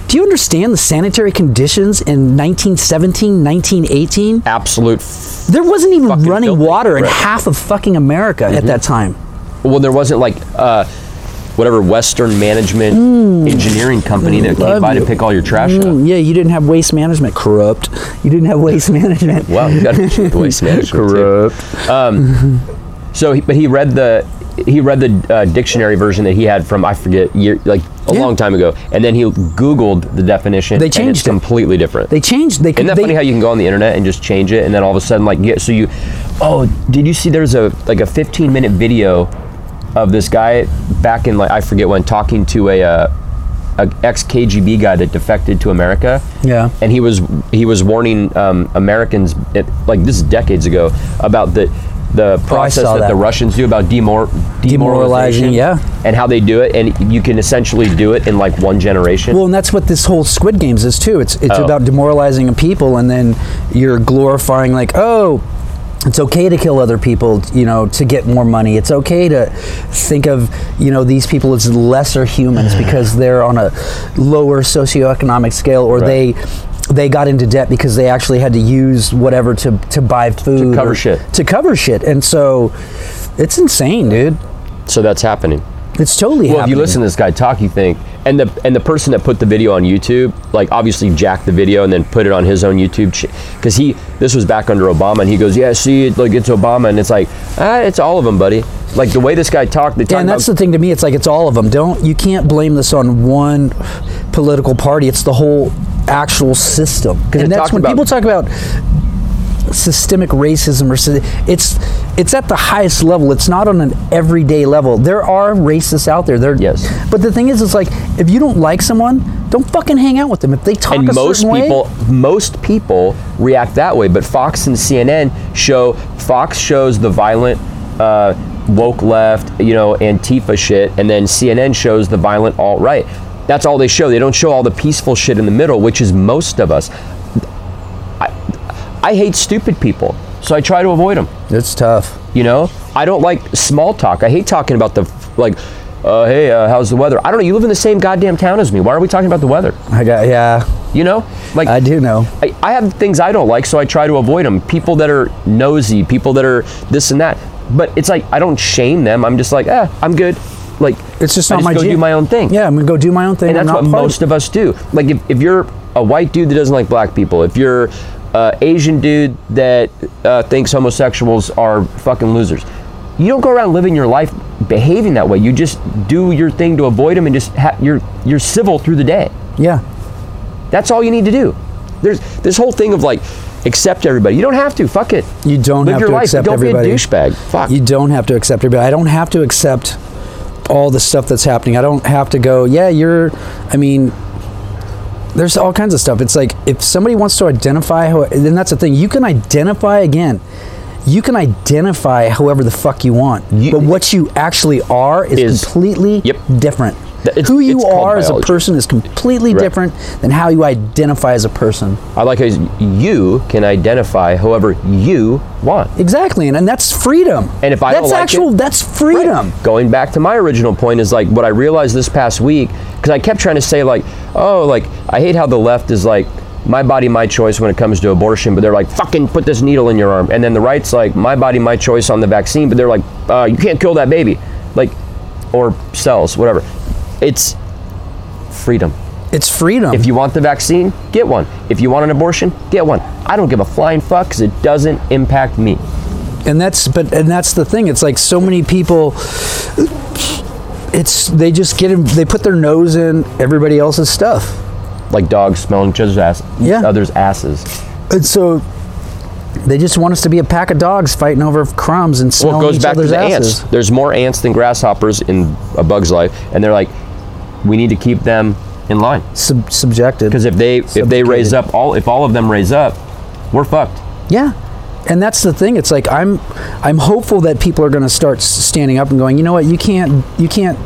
Do you understand the sanitary conditions in 1917, 1918?
Absolute. F-
There wasn't even
Fucking
running
filthy.
water in
Right. Mm-hmm.
half of fucking America at that time.
well, there wasn't like uh, whatever Western management engineering company that came
Mm. love
by
you.
to pick all your trash up.
Mm, yeah, you didn't have waste management. Corrupt. You didn't have waste management.
Wow, you got to waste management. too. So, he, but he read the he read the uh, dictionary version that he had from I forget year like a
Yeah.
long time ago, and then he googled the definition.
They
and it's
changed it.
completely different.
They changed. They
Isn't that
they,
funny how you can go on the internet and just change it, and then all of a sudden, like, yeah, so you, oh, did you see there's a like a 15 minute video of this guy back in like I forget when talking to a, uh, a ex KGB guy that defected to America.
Yeah.
and he was he was warning um, Americans it, like this is decades ago about the the
Oh,
process
saw
that,
that.
the Russians do about demor- demoralization,
Demoralizing, yeah.
and how they do it, and you can essentially do it in like one generation.
Well, and that's what this whole Squid Games is too. It's it's
Oh.
about demoralizing people, and then you're glorifying like, oh, it's okay to kill other people, you know, to get more money. It's okay to think of you know these people as lesser humans because they're on a lower socioeconomic scale, or
Right.
they. They got into debt because they actually had to use whatever to, to buy food
cover
or-
shit.
to cover shit, and so it's insane, dude.
so that's happening.
It's totally
Well, if you
happening.
listen to this guy talk, you think, and the and the person that put the video on YouTube, like obviously jacked the video and then put it on his own YouTube, because he this was back under Obama, and he goes, yeah, see, like it's Obama, and it's like, ah, it's all of them, buddy. Like the way this guy talked, they
Yeah,
talk
and that's
about
the thing to me. It's like it's all of them. Don't you can't blame this on one political party. It's the whole actual system.
it
And that's
talked
when
about-
people talk about systemic racism or sy- it's it's at the highest level. It's not on an everyday level. There are racists out there. There,
Yes.
But the thing is, it's like if you don't like someone, don't fucking hang out with them. If they talk
and
a
most
certain way-
people most people react that way but fox and cnn show fox shows the violent uh, woke left you know antifa shit and then cnn shows the violent alt-right that's all they show they don't show all the peaceful shit in the middle which is most of us i, I hate stupid people so i try to avoid them
it's tough.
you know, I don't like small talk. I hate talking about the like, uh, hey, uh, how's the weather? I don't know. You live in the same goddamn town as me. Why are we talking about the weather?
I got yeah.
You know, like
I do know.
I, I have things I don't like, so I try to avoid them. People that are nosy, people that are this and that. But it's like I don't shame them. I'm just like, eh, I'm good. Like
It's just
I
not my
go
jam.
do my own thing.
Yeah, I'm gonna go do my own thing.
and
I'm
that's
not
what
part of-
most of us do. Like if, if you're a white dude that doesn't like black people, if you're uh, Asian dude that uh, thinks homosexuals are fucking losers, you don't go around living your life behaving that way. You just do your thing to avoid them and just ha- you're you're civil through the day.
yeah.
That's all you need to do. There's this whole thing of like accept everybody. You don't have to. Fuck it.
You don't
Live
have
your
to
life.
accept
don't
everybody.
be a douchebag. Fuck.
You don't have to accept everybody. I don't have to accept all the stuff that's happening. I don't have to go, yeah, you're, I mean, there's all kinds of stuff. It's like if somebody wants to identify, how, then that's the thing. You can identify again. you can identify however the fuck you want,
You-
but what you actually are is,
Is-
completely
Yep.
different.
Th- it's-
Who you
it's called
are as a
biology.
person is completely
Right.
different than how you identify as a person.
I like how you can identify however you want.
Exactly, and, and that's freedom.
And if I
that's
don't like
actual,
it-
that's freedom.
um, Going back to my original point is like what I realized this past week because I kept trying to say like, oh, like I hate how the left is like my body, my choice when it comes to abortion, but they're like fucking put this needle in your arm, and then the right's like my body, my choice on the vaccine, but they're like uh, you can't kill that baby, like or cells, whatever. It's freedom.
It's freedom.
If you want the vaccine, get one. If you want an abortion, get one. I don't give a flying fuck because it doesn't impact me.
and that's but and that's the thing it's like so many people it's they just get in they put their nose in everybody else's stuff
Like dogs smelling each other's ass,
Yeah.
others' asses.
and so they just want us to be a pack of dogs fighting over crumbs and smelling
Well, it goes
each
back to
other's
the
asses
ants. There's more ants than grasshoppers in a bug's life, and they're like, we need to keep them in line
Sub- subjected
because if they if they raise up all if all of them raise up, we're fucked.
Yeah. And that's the thing. It's like I'm I'm hopeful that people are going to start s- standing up and going, "You know what? You can't you can't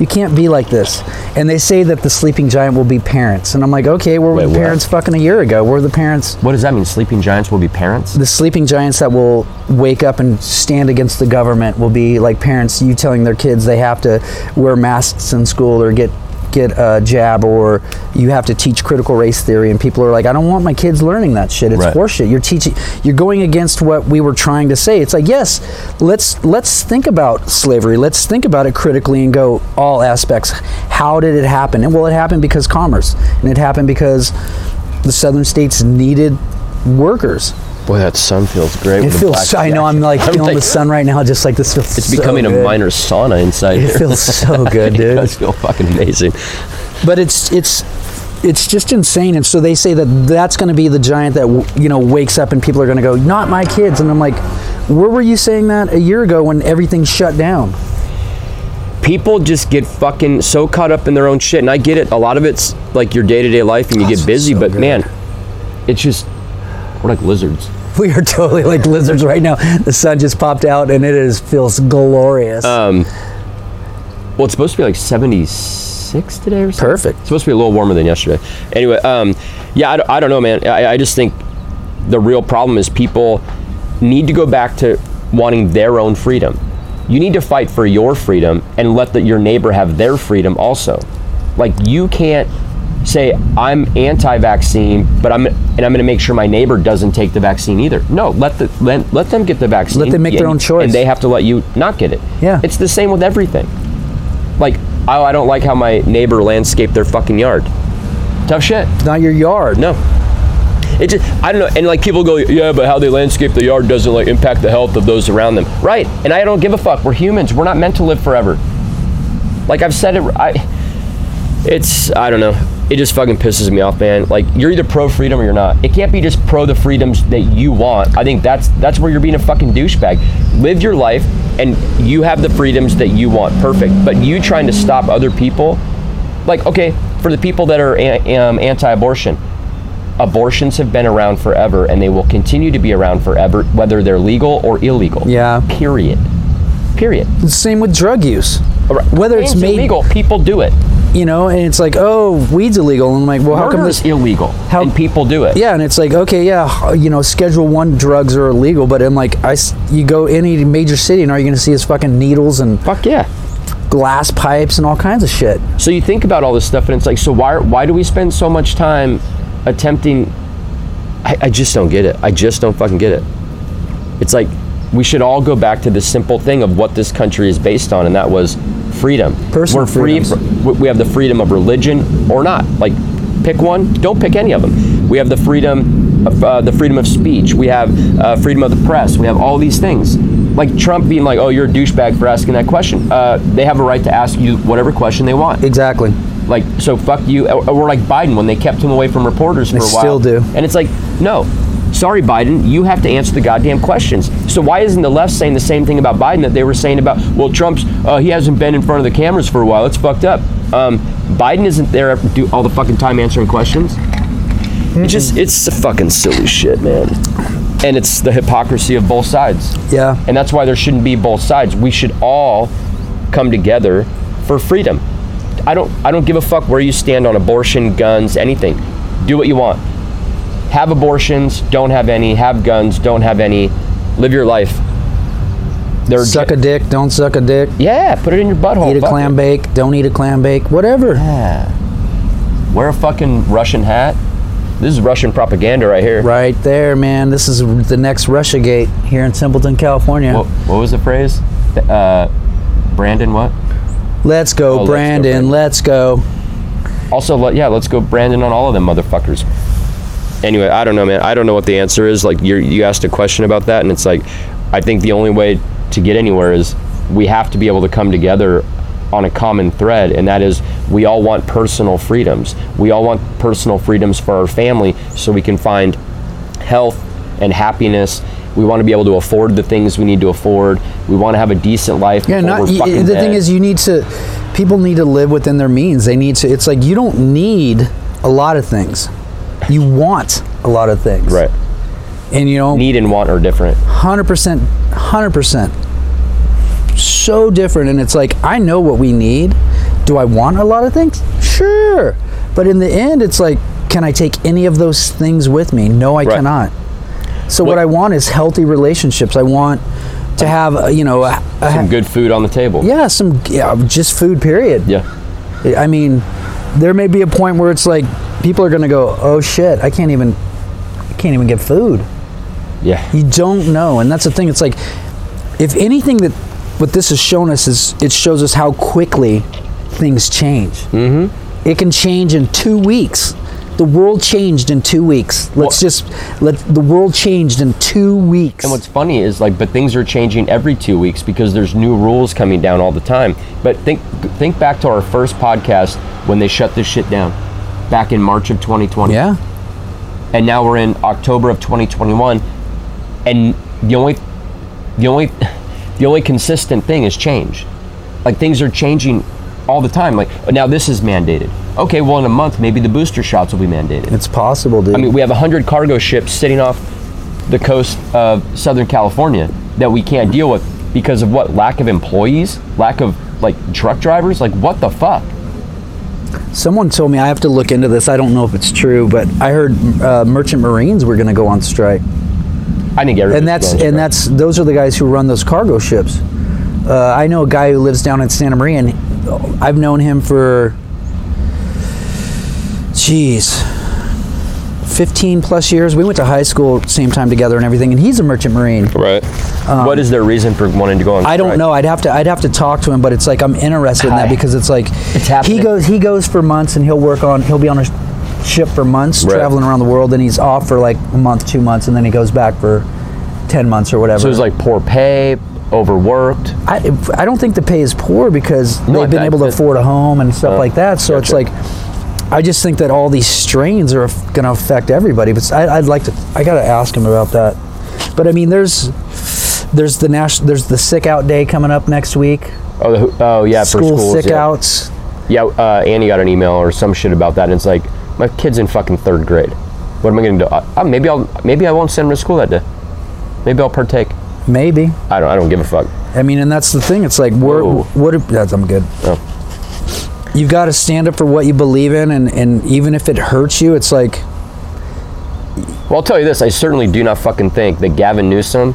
you can't be like this." And they say that the sleeping giant will be parents. And I'm like, "Okay, where were
Wait,
the
what?
parents fucking a year ago? Where are the parents
What does that mean? Sleeping giants will be parents.
the sleeping giants that will wake up and stand against the government will be like parents you telling their kids they have to wear masks in school or get get a jab or you have to teach critical race theory and people are like I don't want my kids learning that shit it's
Right.
horseshit you're teaching you're going against what we were trying to say it's like yes let's let's think about slavery let's think about it critically and go all aspects how did it happen and well it happened because commerce and it happened because the southern states needed workers
Boy, that sun feels great.
it feels. I know. I'm like feeling the sun right now. Just like this feels.
It's
so
becoming a
good.
minor sauna inside
It
here.
feels so good,
it
dude.
does feel fucking amazing.
But it's it's it's just insane. And so they say that that's going to be the giant that w- you know wakes up and people are going to go, "Not my kids." And I'm like, "Where were you saying that a year ago when everything shut down?"
people just get fucking so caught up in their own shit and i get it a lot of it's like your day-to-day life and you get busy but man it's just we're like lizards
We are totally like lizards right now. The sun just popped out and it is feels glorious.
Uh, well it's supposed to be like 76 today or something
Perfect.
it's supposed to be a little warmer than yesterday anyway um yeah i, don't- I don't know man I, I just think the real problem is people need to go back to wanting their own freedom you need to fight for your freedom and let the, your neighbor have their freedom also like you can't say i'm anti-vaccine but i'm and i'm going to make sure my neighbor doesn't take the vaccine either no let the let, let them get the vaccine
Let them make their
and-
own choice.
and they have to let you not get it
Yeah.
it's the same with everything like oh i don't like how my neighbor landscaped their fucking yard tough shit
Not your yard.
no it just i don't know and like people go yeah but how they landscape the yard doesn't like impact the health of those around them right and i don't give a fuck we're humans we're not meant to live forever like i've said it i it's i don't know it just fucking pisses me off man like you're either pro freedom or you're not it can't be just pro the freedoms that you want i think that's that's where you're being a fucking douchebag live your life and you have the freedoms that you want perfect but you trying to stop other people like okay for the people that are an, um, anti-abortion abortions have been around forever and they will continue to be around forever whether they're legal or illegal
Yeah.
period period
It's the Same with drug use. Whether it's
Things
made,
illegal people do it
you know, and it's like, oh, weed's illegal, and I'm like, well, how come
Murder
this
is illegal
how-
and people do it
Yeah, and it's like okay, yeah, you know, Schedule One drugs are illegal, but in like I, s- you go any major city, and all you're gonna see is fucking needles and
fuck yeah
glass pipes and all kinds of shit.
so you think about all this stuff and it's like so why why do we spend so much time attempting I, I just don't get it i just don't fucking get it it's like we should all go back to the simple thing of what this country is based on and that was freedom
Personal
we're free
freedoms.
we- we have the freedom of religion or not like pick one don't pick any of them we have the freedom of uh, the freedom of speech we have uh, freedom of the press we have all these things like trump being like oh you're a douchebag for asking that question uh, they have a right to ask you whatever question they want
Exactly.
like so fuck you or or like biden when they kept him away from reporters for
They
a while
still do.
and it's like no sorry biden you have to answer the goddamn questions so why isn't the left saying the same thing about biden that they were saying about well trump's uh, he hasn't been in front of the cameras for a while it's fucked up um, biden isn't there ever- do all the fucking time answering questions it just it's a fucking silly shit man and it's the hypocrisy of both sides.
Yeah.
And that's why there shouldn't be both sides. We should all come together for freedom. I don't I don't give a fuck where you stand on abortion, guns, anything. Do what you want. Have abortions, don't have any, have guns, don't have any. Live your life. They're
Suck a dick, don't suck a dick.
Yeah, put it in your butthole.
Eat a
Oh, Fuck
clam
it.
bake, don't eat a clam bake, whatever.
Yeah. Wear a fucking Russian hat. This is Russian propaganda right here.
Right there, man. This is the next Russia Gate here in Templeton, California.
What, what was the phrase? Th- Uh, Brandon, what?
Let's go,
Oh, let's go,
Brandon.
Brandon.
Let's go.
Also, let, yeah, let's go Brandon on all of them motherfuckers. Anyway, I don't know, man. I don't know what the answer is. Like, you you asked a question about that, and it's like, I think the only way to get anywhere is we have to be able to come together on a common thread, and that is we all want personal freedoms. We all want personal freedoms for our family, so we can find health and happiness. We want to be able to afford the things we need to afford. We want to have a decent life.
Yeah,
before
not
we're
y- y-
fucking
the thing
dead.
is, you need to. People need to live within their means. They need to. It's like you don't need a lot of things. You want a lot of things,
right.
And you know,
Need and want are different.
hundred percent, hundred percent, so different. And it's like I know what we need. Do I want a lot of things? Sure, but in the end, it's like, can I take any of those things with me? No, I
Right.
cannot. So what,
What-
I want is healthy relationships. I want to have, uh, you know, a, a
Some good food on the table.
Yeah, some yeah, just food. Period.
Yeah.
I mean, there may be a point where it's like people are gonna go, "Oh shit, I can't even, I can't even get food."
Yeah.
You don't know, and that's the thing. It's like, if anything, that what this has shown us is it shows us how quickly things change. Mm-hmm. It can change in two weeks. The world changed in two weeks. Let's just let the world changed in two weeks.
And what's funny is like, but things are changing every two weeks because there's new rules coming down all the time. But think think back to our first podcast when they shut this shit down, back in March of 2020.
yeah,
And now we're in October of 2021, and the only the only the only consistent thing is change. Like things are changing all the time. Like now this is mandated. Okay, well in a month maybe the booster shots will be mandated.
it's possible, dude.
I mean, we have 100 cargo ships sitting off the coast of Southern California that we can't deal with because of what? Lack of employees? Lack of like truck drivers? Like, what the fuck?
Someone told me I have to look into this. I don't know if it's true, but I heard uh, merchant marines were going to go on strike,
I think everybody's
and that's
going
and that's
straight.
those are the guys who run those cargo ships. Uh, I know a guy who lives down in Santa Maria, and I've known him for, jeez, fifteen plus years. We went to high school at the same time together and everything, and he's a merchant marine.
right. what is their reason for wanting to go on
um, I don't
strike?
know. I'd have to. I'd have to talk to him, but it's like I'm interested in that
Hi.
because it's like he
happening.
goes. He goes for months, and he'll work on. He'll be on a sh- ship for months,
Right.
traveling around the world, and he's off for like a month, two months, and then he goes back for ten months or whatever.
So it's like poor pay, overworked.
I, I don't think the pay is poor because
No,
they've been
I-
able to
I-
afford a home and stuff
Oh,
like that. So it's
gotcha.
like, I just think that all these strains are going to affect everybody. But I, I'd like to, I got to ask him about that. But I mean, there's, there's the national, there's the sick out day coming up next week.
Oh, the, who- oh yeah,
School
for schools,
sick
yeah.
outs.
Yeah, uh, Annie got an email or some shit about that, and it's like, my kid's in fucking third grade. What am I going to do? Uh, uh, maybe I'll maybe I won't send him to school that day. Maybe I'll partake.
Maybe.
I don't I don't give a fuck.
I mean, and that's the thing. It's like, we're,
Whoa.
what, if- that's, I'm good.
Oh.
You've got to stand up for what you believe in. And, and even if it hurts you, it's like,
Well, I'll tell you this: I certainly do not fucking think that Gavin Newsom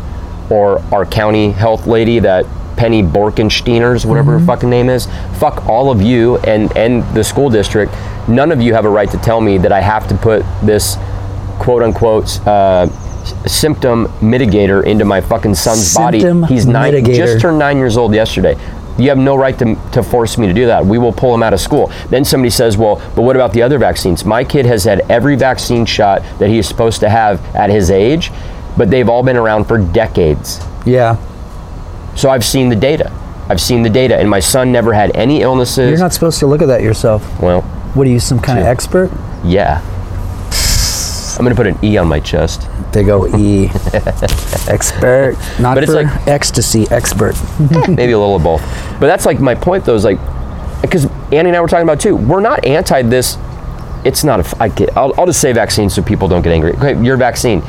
or our county health lady, that Penny Borkensteiners, whatever
Mm-hmm.
her fucking name is, fuck all of you and and the school district. None of you have a right to tell me that I have to put this quote unquote. Uh, s- Symptom mitigator into my fucking son's
Symptom
body. He's nine,
mitigator.
just turned nine years old yesterday. You have no right to, to force me to do that. We will pull him out of school. Then somebody says, well, but what about the other vaccines? My kid has had every vaccine shot that he is supposed to have at his age, but they've all been around for decades.
yeah,
So I've seen the data. I've seen the data, and my son never had any illnesses.
you're not supposed to look at that yourself.
well,
What are you, some kind of expert?
yeah. I'm gonna put an E on my chest.
Big O E. expert. Not
But it's
for
like-
ecstasy, expert.
maybe a little of both. But that's like my point though is like, because Annie and I were talking about too. We're not anti this. It's not a. f- I get, I'll, I'll just say vaccines so people don't get angry. Okay, your vaccine.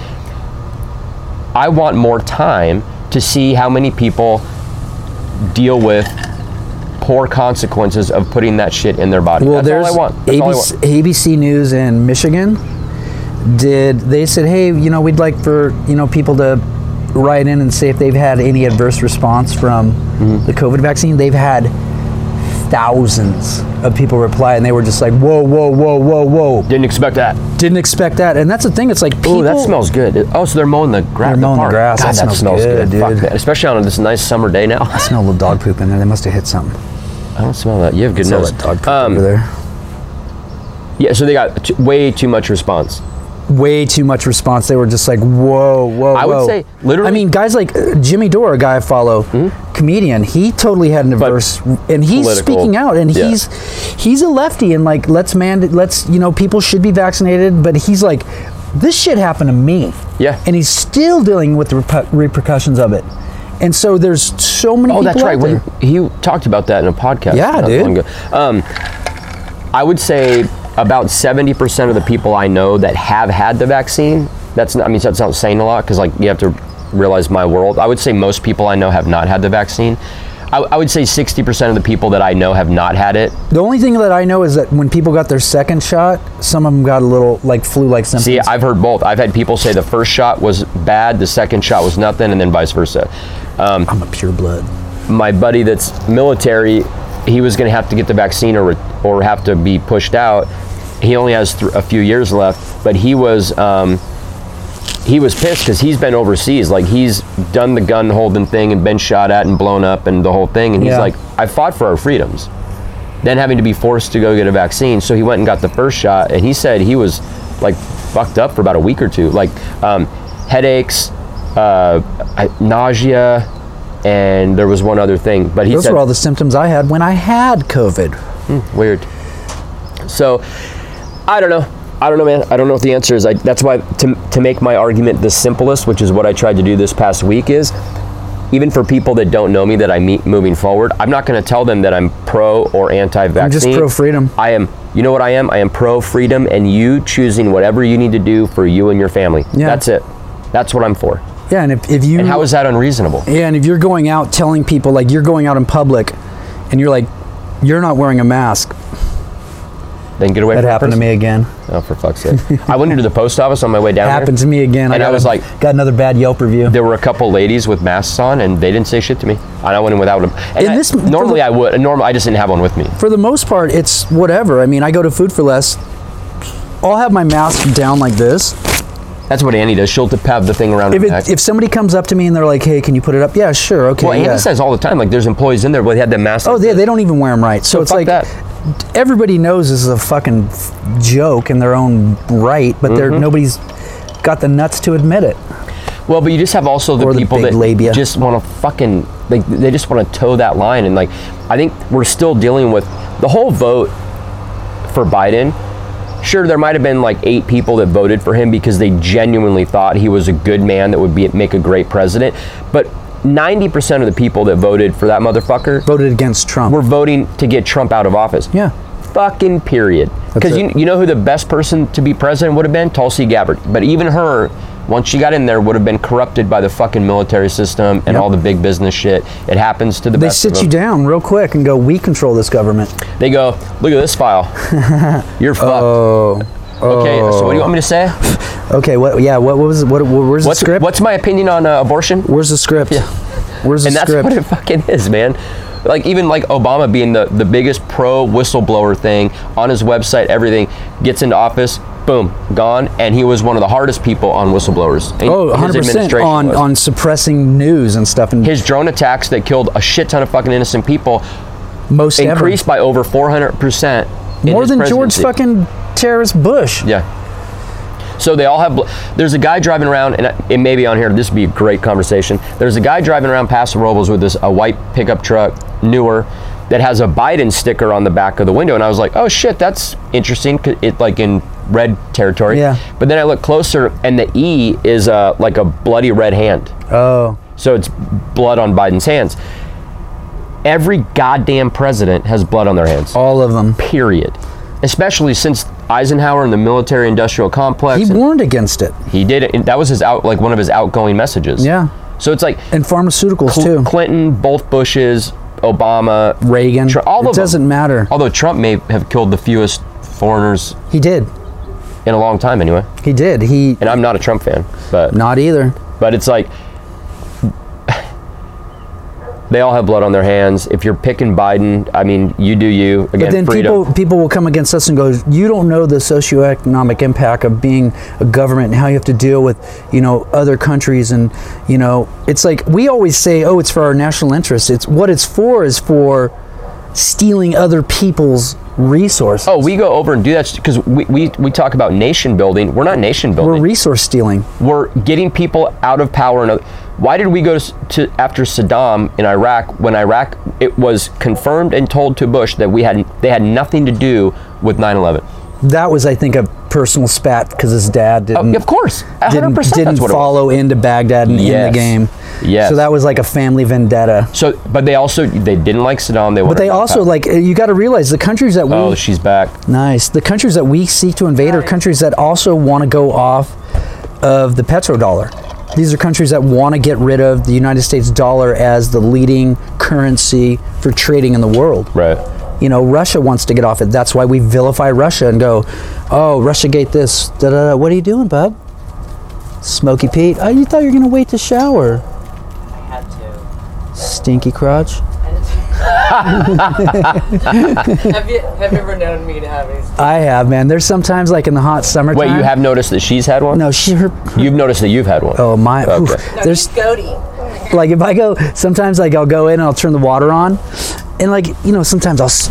I want more time to see how many people deal with poor consequences of putting that shit in their body.
Well,
That's
there's
all I want. That's all I
ABC,
want.
ABC News in Michigan. Did they said, hey, you know, we'd like for you know people to write in and say if they've had any adverse response from
Mm-hmm.
the COVID vaccine. They've had thousands of people reply, and they were just like, whoa, whoa, whoa, whoa, whoa.
Didn't expect that.
Didn't expect that. And that's the thing. It's like people.
Oh, that smells good. It- Oh, so they're mowing the grass.
They're mowing the
park.
grass. That
God, that,
smells
smells
good,
good. Fuck
dude.
that. Especially on this nice summer day now.
I smell a little dog poop in there. They must have hit something.
I don't smell that. You have good
Smell
nose.
that dog poop
Um,
over there.
Yeah, so they got t- way too much response.
way too much response. They were just like, whoa, whoa,
I would
whoa.
say literally- Hmm?
I mean, guys like uh, Jimmy Dore, a guy I follow, comedian. He totally had an adverse, and he's
political,
speaking out, and
yeah.
he's he's a lefty, and like, let's man, let's you know, people should be vaccinated, but he's like, this shit happened to me.
Yeah.
and he's still dealing with the reper- repercussions of it, and so there's so many.
Oh,
people
that's
out
right. When
there.
he talked about that in a podcast.
Yeah,
not
dude.
long ago. Um, I would say about seventy percent of the people I know that have had the vaccine. That's not. I mean, that's not saying a lot because like you have to realize my world. I would say most people I know have not had the vaccine. I, I would say sixty percent of the people that I know have not had it.
The only thing that I know is that when people got their second shot, some of them got a little like flu-like symptoms.
See, I've heard both. I've had people say the first shot was bad, the second shot was nothing, and then vice versa. Um,
I'm a pure blood.
my buddy that's military, he was going to have to get the vaccine or or have to be pushed out. He only has th- a few years left, but he was um, he was pissed because he's been overseas. Like he's done the gun holding thing and been shot at and blown up and the whole thing. And he's
Yeah.
like, I fought for our freedoms. Then having to be forced to go get a vaccine, so he went and got the first shot, and he said he was like fucked up for about a week or two, like um, headaches, uh, I- nausea, and there was one other thing. But he
Those
said
were all the symptoms I had when I had COVID.
weird. So, I don't know. I don't know, man. I don't know what the answer is. I, that's why to, to make my argument the simplest, which is what I tried to do this past week, is even for people that don't know me that I meet moving forward, I'm not going to tell them that I'm pro or anti-vaccine.
just pro-freedom.
I am. You know what I am? I am pro-freedom, and you choosing whatever you need to do for you and your family.
Yeah.
That's it. That's what I'm for.
Yeah, and if, if you
And how is that unreasonable?
yeah, and if you're going out telling people like you're going out in public, and you're like you're not wearing a mask.
Then get away.
That
from the
happened to
person.
me again.
Oh, for fuck's sake! I went into the post office on my way down. here.
Happened to me again.
And I
got
was
a-
like-
got another bad Yelp review.
there were a couple ladies with masks on, and they didn't say shit to me. And I went in without them. And
In
I-
this-
normally I would. Normally I just didn't have one with me.
for the most part, it's whatever. I mean, I go to Food for Less. I'll have my mask down like this.
That's what Annie does. She'll t- have the thing around
If
her
it,
neck.
if somebody comes up to me and they're like, "Hey, can you put it up?" Yeah, sure, okay.
well, Andy
yeah.
says all the time, like there's employees in there, but they had the mask.
Oh,
like
they,
this.
they don't even wear them right. So, it's
fuck
like
that.
everybody knows this is a fucking joke in their own right, but they're
Mm-hmm.
nobody's got the nuts to admit it.
Well, but you just have also the
Or the
people
big
that
labia.
just want to fucking like they just want to toe that line, and like I think we're still dealing with the whole vote for Biden. Sure, there might have been like eight people that voted for him because they genuinely thought he was a good man that would be make a great president, but. 90% of the people that voted for that motherfucker
Voted against Trump.
were voting to get Trump out of office.
yeah.
Fucking period. Because
it.
you, you know who the best person to be president would have been? Tulsi Gabbard. But even her, once she got in there, would have been corrupted by the fucking military system and
Yep.
all the big business shit. It happens to the
They
best
sit
of
you
them.
down real quick and go, "We control this government."
They go, look at this file. You're fucked.
Oh.
Okay, so what do you want me to say?
Okay. What? Yeah. What, what was? it- What? what- Where's
What's,
the script?
what's my opinion on uh, abortion?
Where's the script?
Yeah.
Where's the
and that's
script?
what it fucking is, man. Like even like Obama being the, the biggest pro whistleblower thing on his website, everything gets into office, boom, gone, and he was one of the hardest people on whistleblowers. And
oh,
his
100 percent
administration
on
was.
on suppressing news and stuff, and
his drone attacks that killed a shit ton of fucking innocent people
most ever.
increased by over four hundred percent.
more than George fucking terrorist Bush.
Yeah. So they all have. bl- There's a guy driving around, and I- it may be on here. This would be a great conversation. There's a guy driving around Paso Robles with this a white pickup truck, newer, that has a Biden sticker on the back of the window, and I was like, oh shit, that's interesting. 'cause It like in red territory.
Yeah.
But then I look closer, and the E is uh, like a bloody red hand.
Oh,
So it's blood on Biden's hands. Every goddamn president has blood on their hands
all of them.
period. Especially since Eisenhower and the military industrial complex.
He
and-
warned against it.
He did it. And that was his out, like one of his outgoing messages.
Yeah.
So it's like
And pharmaceuticals
Cl-
too.
Clinton, both Bushes, Obama,
Reagan.
Tr- all
it
of them.
doesn't matter.
Although Trump may have killed the fewest foreigners
He did.
in a long time, anyway.
He did. He
And I'm not a Trump fan, but
not either.
but it's like they all have blood on their hands. If you're picking Biden, I mean, you do you. Again,
But then
freedom.
people people will come against us and go, you don't know the socioeconomic impact of being a government and how you have to deal with, you know, other countries and you know, it's like we always say, oh, it's for our national interest. It's what it's for is for stealing other people's resources.
Oh, we go over and do that because we, we, we talk about nation building. We're not nation
We're
building.
resource stealing.
we're getting people out of power. And uh, why did we go to, to after Saddam in Iraq when Iraq it was confirmed and told to Bush that we had they had nothing to do with 9/11?
That was, I think, a personal spat because his
Oh,
dad didn't.
Of course, 100.
Mm. didn't,
percent
didn't
That's what it was.
follow into Baghdad and in
Yes.
the game.
Yes.
So that was like a family vendetta.
So, but they also they didn't like Saddam. They
But they also like you got to realize the countries that we
Oh, she's back.
nice the countries that we seek to invade are countries that also want to go off of the petrodollar. These are countries that want to get rid of the United States dollar as the leading currency for trading in the world.
Right.
You know, Russia wants to get off it. That's why we vilify Russia and go, "Oh, Russiagate this." Da, da, da. What are you doing, bub? Smoky Pete. Oh, you thought you were gonna wait to shower.
I had to.
Stinky crotch.
have you have you ever known me to have any?
I have, man. There's sometimes like in the hot summertime.
Wait, you have noticed that she's had one?
No, she her.
You've noticed that you've had one.
Oh my. oof.
Okay.
No,
There's
There's goatee.
like if I go sometimes like I'll go in and I'll turn the water on, and like you know sometimes I'll s-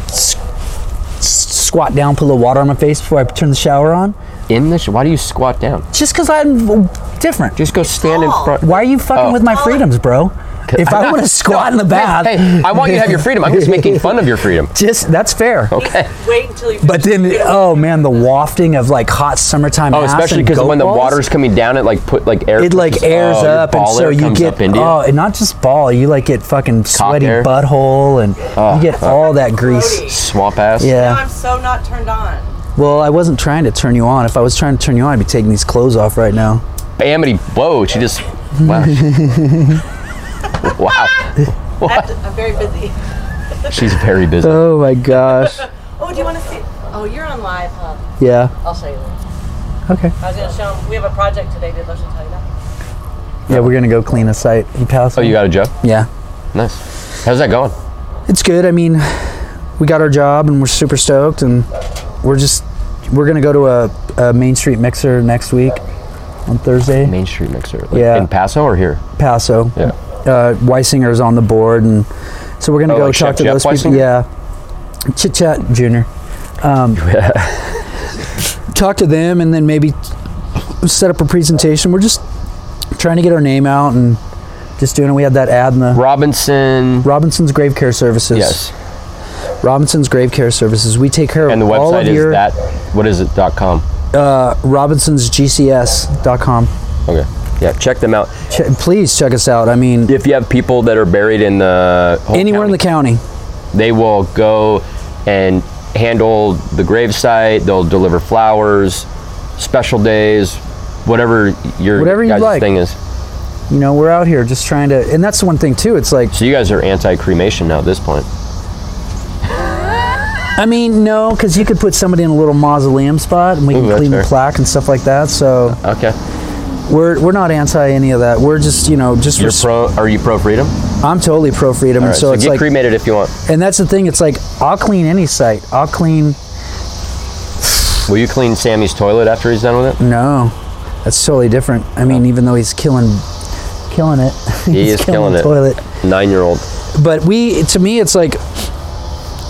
s- squat down, put a little water on my face before I turn the shower on,
In the sh- why do you squat down?
just because I'm different.
Just go stand in front.
Why are you fucking
Oh.
with my freedoms, bro? If I want to squat in the bath,
Hey, I want you to have your freedom. I'm just making fun of your freedom.
just that's fair.
Okay.
Wait until you.
But then, oh man, the wafting of like hot summertime.
Oh,
ass
especially
and
because
goat
when the
balls.
water's coming down, it like put like air.
it like
pushes-
airs
oh, your
up, and
ball
so
air
you
comes
get
up into you.
oh, and not just ball. You like get fucking sweaty
air. Oh,
butthole, and you get all that
Grody.
grease.
swamp ass.
Now
Yeah.
I'm so not turned on.
Well, I wasn't trying to turn you on. If I was trying to turn you on, I'd be taking these clothes off right now.
Amity. Whoa, she just. Wow. wow.
I have to, I'm very busy.
She's very busy.
Oh my gosh.
Oh, do you want to see? Oh, you're on live, huh?
Yeah.
I'll show you. Later.
Okay.
I was gonna show him. We have a project today. Did Lush tell you that?
Yeah, we're gonna go clean a site. You pass.
oh, you got a job?
Yeah.
Nice. How's that going?
It's good. I mean, we got our job, and we're super stoked, and we're just we're gonna go to a, a Main Street mixer next week on Thursday.
Main Street Mixer. Like
Yeah.
In Paso or here?
Paso.
Yeah.
Uh, Weisinger's on the board, and so we're gonna
Oh,
go
like
talk
Chef
to
Jeff
those people.
Weisinger?
Yeah, chit chat, Junior. Um, talk to them, and then maybe set up a presentation. We're just trying to get our name out and just doing it. We had that ad in the
Robinson.
Robinson's Grave Care Services.
Yes.
Robinson's Grave Care Services. We take care of
And the
all
website
of
is
your
that. What is it? Dot com.
uh, robinsonsgcs.com.
Okay. Yeah. Check them out.
Ch- please check us out. I mean,
If you have people that are buried in the whole
anywhere in
county,
the county.
they will go and handle the gravesite. They'll deliver flowers, special days, whatever your
Whatever you
guys'
like.
thing is.
You know, we're out here just trying to, and that's the one thing too. It's like
So you guys are anti-cremation now at this point.
I mean, no, because you could put somebody in a little mausoleum spot, and we
Ooh,
can
that's
clean the
fair.
plaque and stuff like that. So
Okay.
we're we're not anti any of that. We're just you know just
You're
res-
pro. Are you pro freedom?
I'm totally pro freedom,
All
and
right.
so,
So,
it's
get
like,
cremated if you want.
and that's the thing. It's like I'll clean any site. I'll clean
Will you clean Sammy's toilet after he's done with it?
no, that's totally different. I mean, even though he's killing killing it,
He
he's
is killing
the
it.
Toilet.
Nine-year-old.
but we to me it's like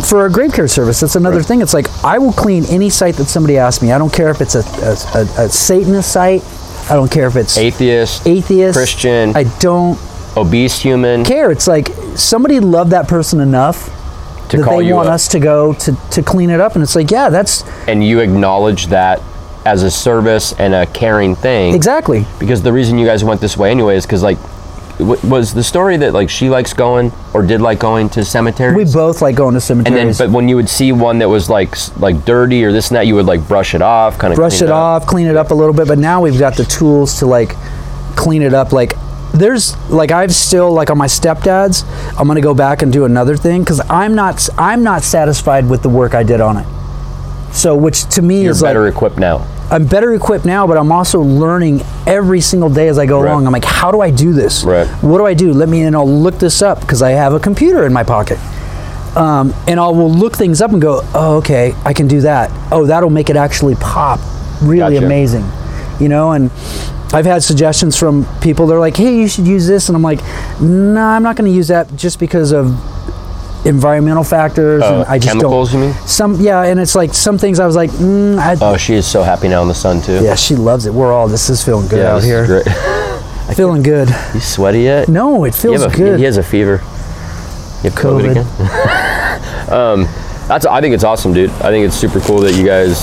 for our grave care service that's another thing it's like i will clean any site that somebody asks me i don't care if it's a, a, a, a satanist site i don't care if it's
Atheist.
atheist
Christian.
i don't
obese human.
care it's like somebody loved that person enough
To
that
call
they
you
want
up.
us to go to, to clean it up and it's like yeah that's
and you acknowledge that as a service and a caring thing.
exactly
Because the reason you guys went this way anyway is because like w- was the story that like she likes going or did like going to cemeteries?
We both like going to
and
cemeteries.
then, but when you would see one that was like s- like dirty or this and that, you would like brush it off, kind of
brush it off, clean it up a little bit. But now we've got the tools to like clean it up. Like there's like I've still like on my stepdad's. I'm gonna go back and do another thing because I'm not I'm not satisfied with the work I did on it. So which to me
You're
is
better
like
equipped now.
I'm better equipped now, but I'm also learning every single day as I go
Right.
along. I'm like, how do I do this?
Right.
What do I do? Let me and I'll look this up because I have a computer in my pocket. Um, and I will look things up and go, oh, okay, I can do that. Oh, that'll make it actually pop. Really
Gotcha.
amazing. You know, and I've had suggestions from people. They're like, hey, you should use this. And I'm like, no, I'm not going to use that just because of environmental factors.
Uh,
and I just
chemicals,
don't.
you mean?
Some, yeah. And it's like some things I was like, mm, I,
Oh, she is so happy now in the sun too.
yeah, she loves it. We're all this is feeling good
yeah
out
this is
here.
great.
Feeling good.
you sweaty yet?
No, it
You
feels
have a-
good.
He has a fever. You have COVID,
COVID.
again. um, that's. I think it's awesome, dude. I think it's super cool that you guys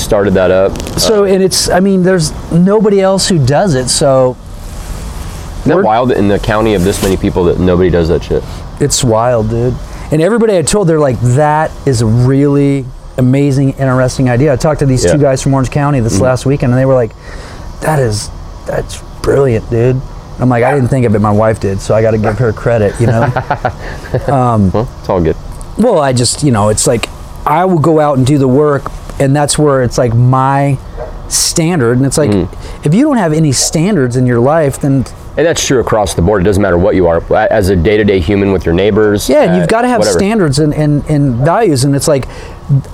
started that up.
so and it's I mean, there's nobody else who does it, so
Isn't that
We're-
wild in the county of this many people that nobody does that shit?
it's wild, dude. And everybody I told, they're like, that is a really amazing, interesting idea. I talked to these
Yeah. Mm-hmm.
two guys from Orange County this last weekend, and they were like, that is, that's brilliant, dude. I'm like, I didn't think of it. My wife did, so I got to give her credit, you know.
Well, it's all good.
Well, I just, you know, it's like I will go out and do the work, and that's where it's like my standard. And it's
Hmm.
like, if you don't have any standards in your life, then
And that's true across the board. It doesn't matter what you are. A- As a day to day human with your neighbors.
yeah, and you've
at
got to have
Uh, whatever.
standards and, and, and values. And it's like,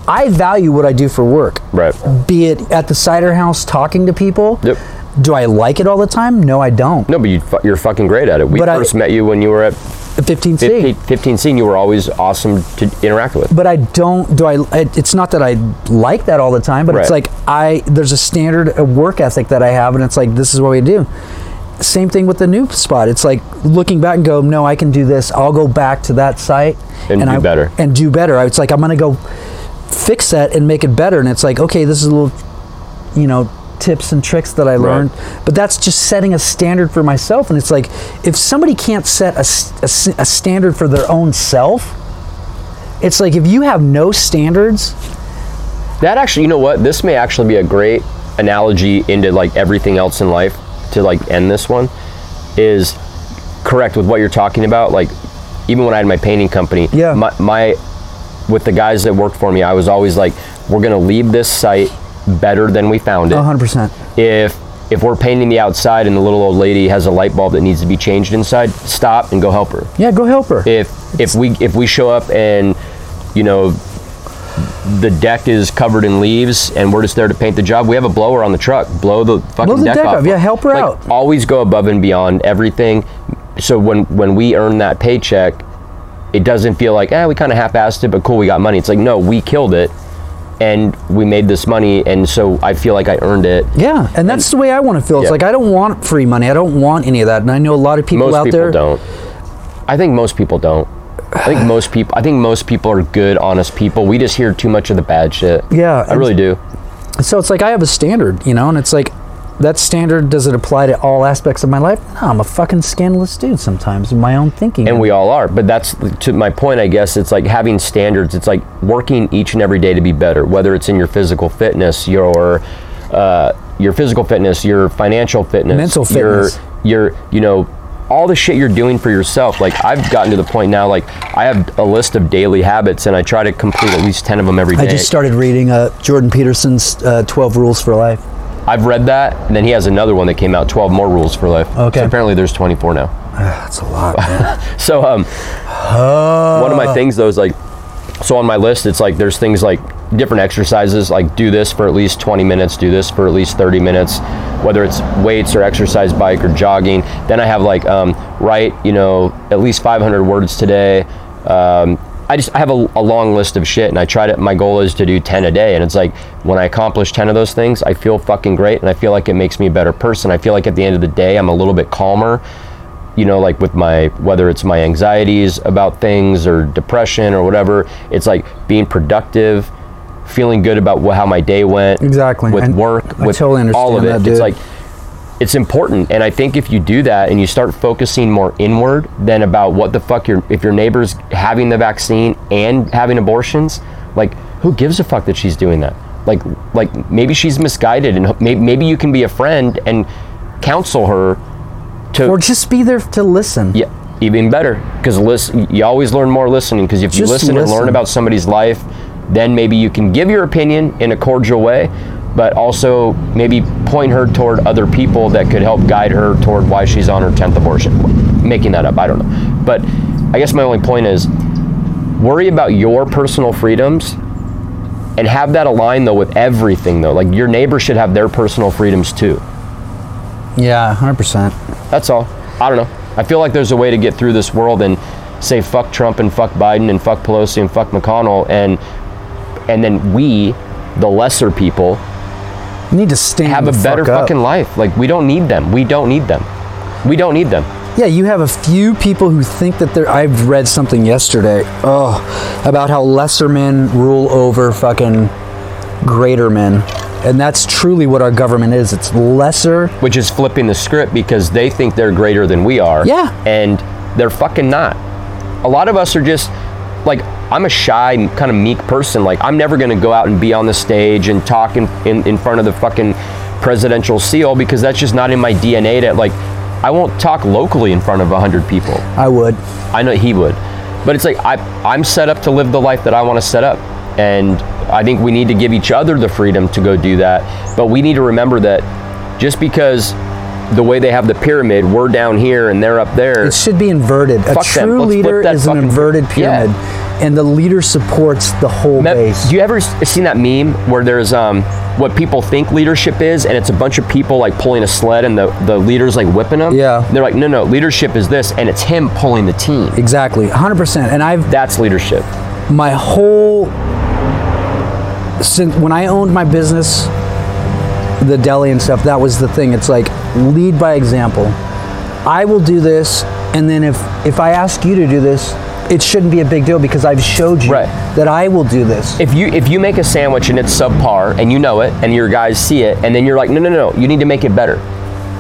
I value what I do for work.
Right.
Be it at the cider house talking to people.
Yep.
Do I like it all the time? No, I don't.
No, but you, fu- you're fucking great at it. We
But I-
first met you when you were at
The 15 C.
15, 15 scene. You were always awesome to interact with.
but I don't do I it- it's not that I like that all the time but it's
Right.
like I there's a standard a work ethic that I have and it's like this is what we do same thing with the new spot it's like looking back and go no I can do this I'll go back to that site
And do
I,
better.
and do better I was like I'm gonna go fix that and make it better and it's like okay this is a little you know tips and tricks that I learned but that's just setting a standard for myself and it's like if somebody can't set a s a s a a standard for their own self it's like if you have no standards,
That actually, you know what? This may actually be a great analogy into like everything else in life to like end this one is correct with what you're talking about. Like, even when I had my painting company,
Yeah.
my, my with the guys that worked for me, I was always like, we're gonna leave this site better than we found it.
100%.
If if we're painting the outside and the little old lady has a light bulb that needs to be changed inside, stop and go help her
Yeah, go help her.
if if we if we show up and you know the deck is covered in leaves and we're just there to paint the job we have a blower on the truck blow the fucking
Blow the
deck,
deck
off
off. Yeah, help her
Like,
out.
always go above and beyond everything so when when we earn that paycheck it doesn't feel like eh we kind of half-assed it but cool we got money it's like no we killed it and we made this money and so i feel like i earned it
yeah, and that's the way I want to feel. It's
Yeah.
like I don't want free money. I don't want any of that. And I know a lot of people
most
out
people
there
don't i think most people don't i think most people i think most people are good honest people we just hear too much of the bad shit
Yeah,
i
and-
really do
So it's like I have a standard, you know, and it's like that standard does it apply to all aspects of my life? No, I'm a fucking scandalous dude sometimes in my own thinking.
and we all are but that's to my point i guess it's like having standards it's like working each and every day to be better whether it's in your physical fitness your uh, your physical fitness your financial fitness
Mental fitness.
your your you know all the shit you're doing for yourself like i've gotten to the point now like i have a list of daily habits and i try to complete at least 10 of them every day
I just started reading uh, Jordan Peterson's uh, 12 Rules for Life.
I've read that, and then he has another one that came out, 12 more rules for life.
Okay.
So apparently there's 24 now.
That's a lot. man.
So um, one of my things though is like, so on my list it's like there's things like different exercises like do this for at least 20 minutes, do this for at least 30 minutes, whether it's weights or exercise bike or jogging. Then I have like um, write you know at least 500 words today. Um, I just I have a, a long list of shit, and I try to. My goal is to do 10 a day, and it's like when I accomplish 10 of those things, I feel fucking great, and I feel like it makes me a better person. I feel like at the end of the day, I'm a little bit calmer you know, like with my whether it's my anxieties about things or depression or whatever, it's like being productive, feeling good about wh- how my day went.
Exactly.
With
I-
work,
I
with
totally
all of it.
understand that,
It's
dude.
like it's important and i think if you do that and you start focusing more inward than about what the fuck your if your neighbor's having the vaccine and having abortions like who gives a fuck that she's doing that like like maybe she's misguided and maybe, maybe you can be a friend and counsel her to
Or just be there to listen.
yeah, even better. Because listen, you always learn more listening. Because if you
Just
listen, and learn
listen.
about somebody's life, then maybe you can give your opinion in a cordial way, but also maybe point her toward other people that could help guide her toward why she's on her tenth abortion. Making that up, I don't know. But I guess my only point is worry about your personal freedoms and have that aligned though with everything though. Like your neighbor should have their personal freedoms too.
Yeah, 100%.
That's all. I don't know. I feel like there's a way to get through this world and say fuck Trump and fuck Biden and fuck Pelosi and fuck McConnell and and then we, the lesser people,
You need to stand
have a
the
better
Mm, fuck up.
fucking life. Like we don't need them. We don't need them. We don't need them.
Yeah, you have a few people who think that they're. I've read something yesterday. Oh, about how lesser men rule over fucking greater men, and that's truly what our government is. It's lesser.
Which is flipping the script because they think they're greater than we are.
Yeah.
And they're fucking not. A lot of us are just like I'm a shy, kind of meek person. Like I'm never gonna go out and be on the stage and talk in, in, in front of the fucking presidential seal because that's just not in my DNA to like I won't talk locally in front of hundred people.
I would.
I know he would. But it's like I, I'm set up to live the life that I want to set up, and I think we need to give each other the freedom to go do that. But we need to remember that just because the way they have the pyramid, we're down here and they're up there.
It should be inverted. a
Fuck them.
true
Let's flip
leader
that
is an
fucking-
inverted
Yeah.
pyramid, and the leader supports the whole
Me-
base.
Do you ever s- seen that meme where there's um, what people think leadership is, and it's a bunch of people like pulling a sled, and the the leader's like whipping them?
Yeah.
they're like, no, no, leadership is this, and it's him pulling the team.
exactly, 100%. And I've
That's leadership.
my whole since when I owned my business, the deli and stuff, that was the thing. It's like lead by example. I will do this, and then if if I ask you to do this, it shouldn't be a big deal because I've showed you
Right.
that I will do this.
if you if you make a sandwich and it's subpar and you know it and your guys see it and then you're like no no no no you need to make it better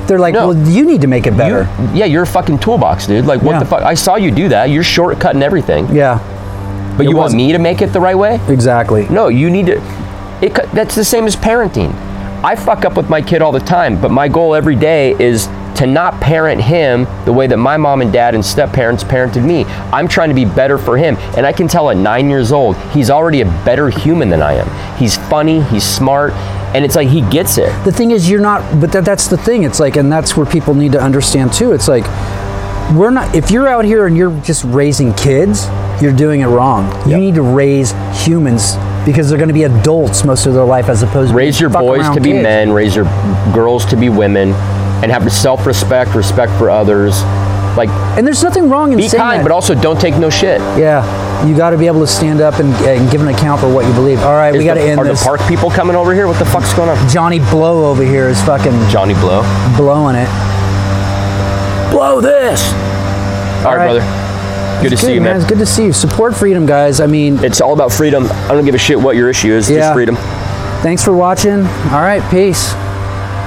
They're like,
No.
well, you need to make it
You-
better.
yeah you're a fucking toolbox dude like what
Yeah.
the fuck I saw you do that you're shortcutting everything
yeah,
but you want
wasn't.
me to make it the right way
exactly.
no you need to it co- that's the same as parenting I fuck up with my kid all the time but my goal every day is to not parent him the way that my mom and dad and step parents parented me I'm trying to be better for him and I can tell at 9 years old he's already a better human than I am he's funny he's smart and it's like he gets it
the thing is you're not but that, that's the thing it's like and that's where people need to understand too it's like we're not if you're out here and you're just raising kids you're doing it wrong you
Yep.
need to raise humans because they're going to be adults most of their life as opposed to
raise your
fuck
boys
around
to be
kids.
men, raise your girls to be women, and have self-respect, respect for others. Like,
and there's nothing wrong in
be
saying
kind,
that.
but also don't take no shit.
yeah you got to be able to stand up and, and give an account for what you believe all right we
Is
got to
the,
end
are
this
the park people coming over here? What the fuck's going on?
johnny blow over here is fucking
Johnny Blow.
blowing it blow this
All right,
right.
brother. Good to
It's
see you, man.
it's good to see you support freedom guys i mean
It's all about freedom. I don't give a shit what your issue is,
Yeah.
just freedom.
Thanks for watching. All right, peace.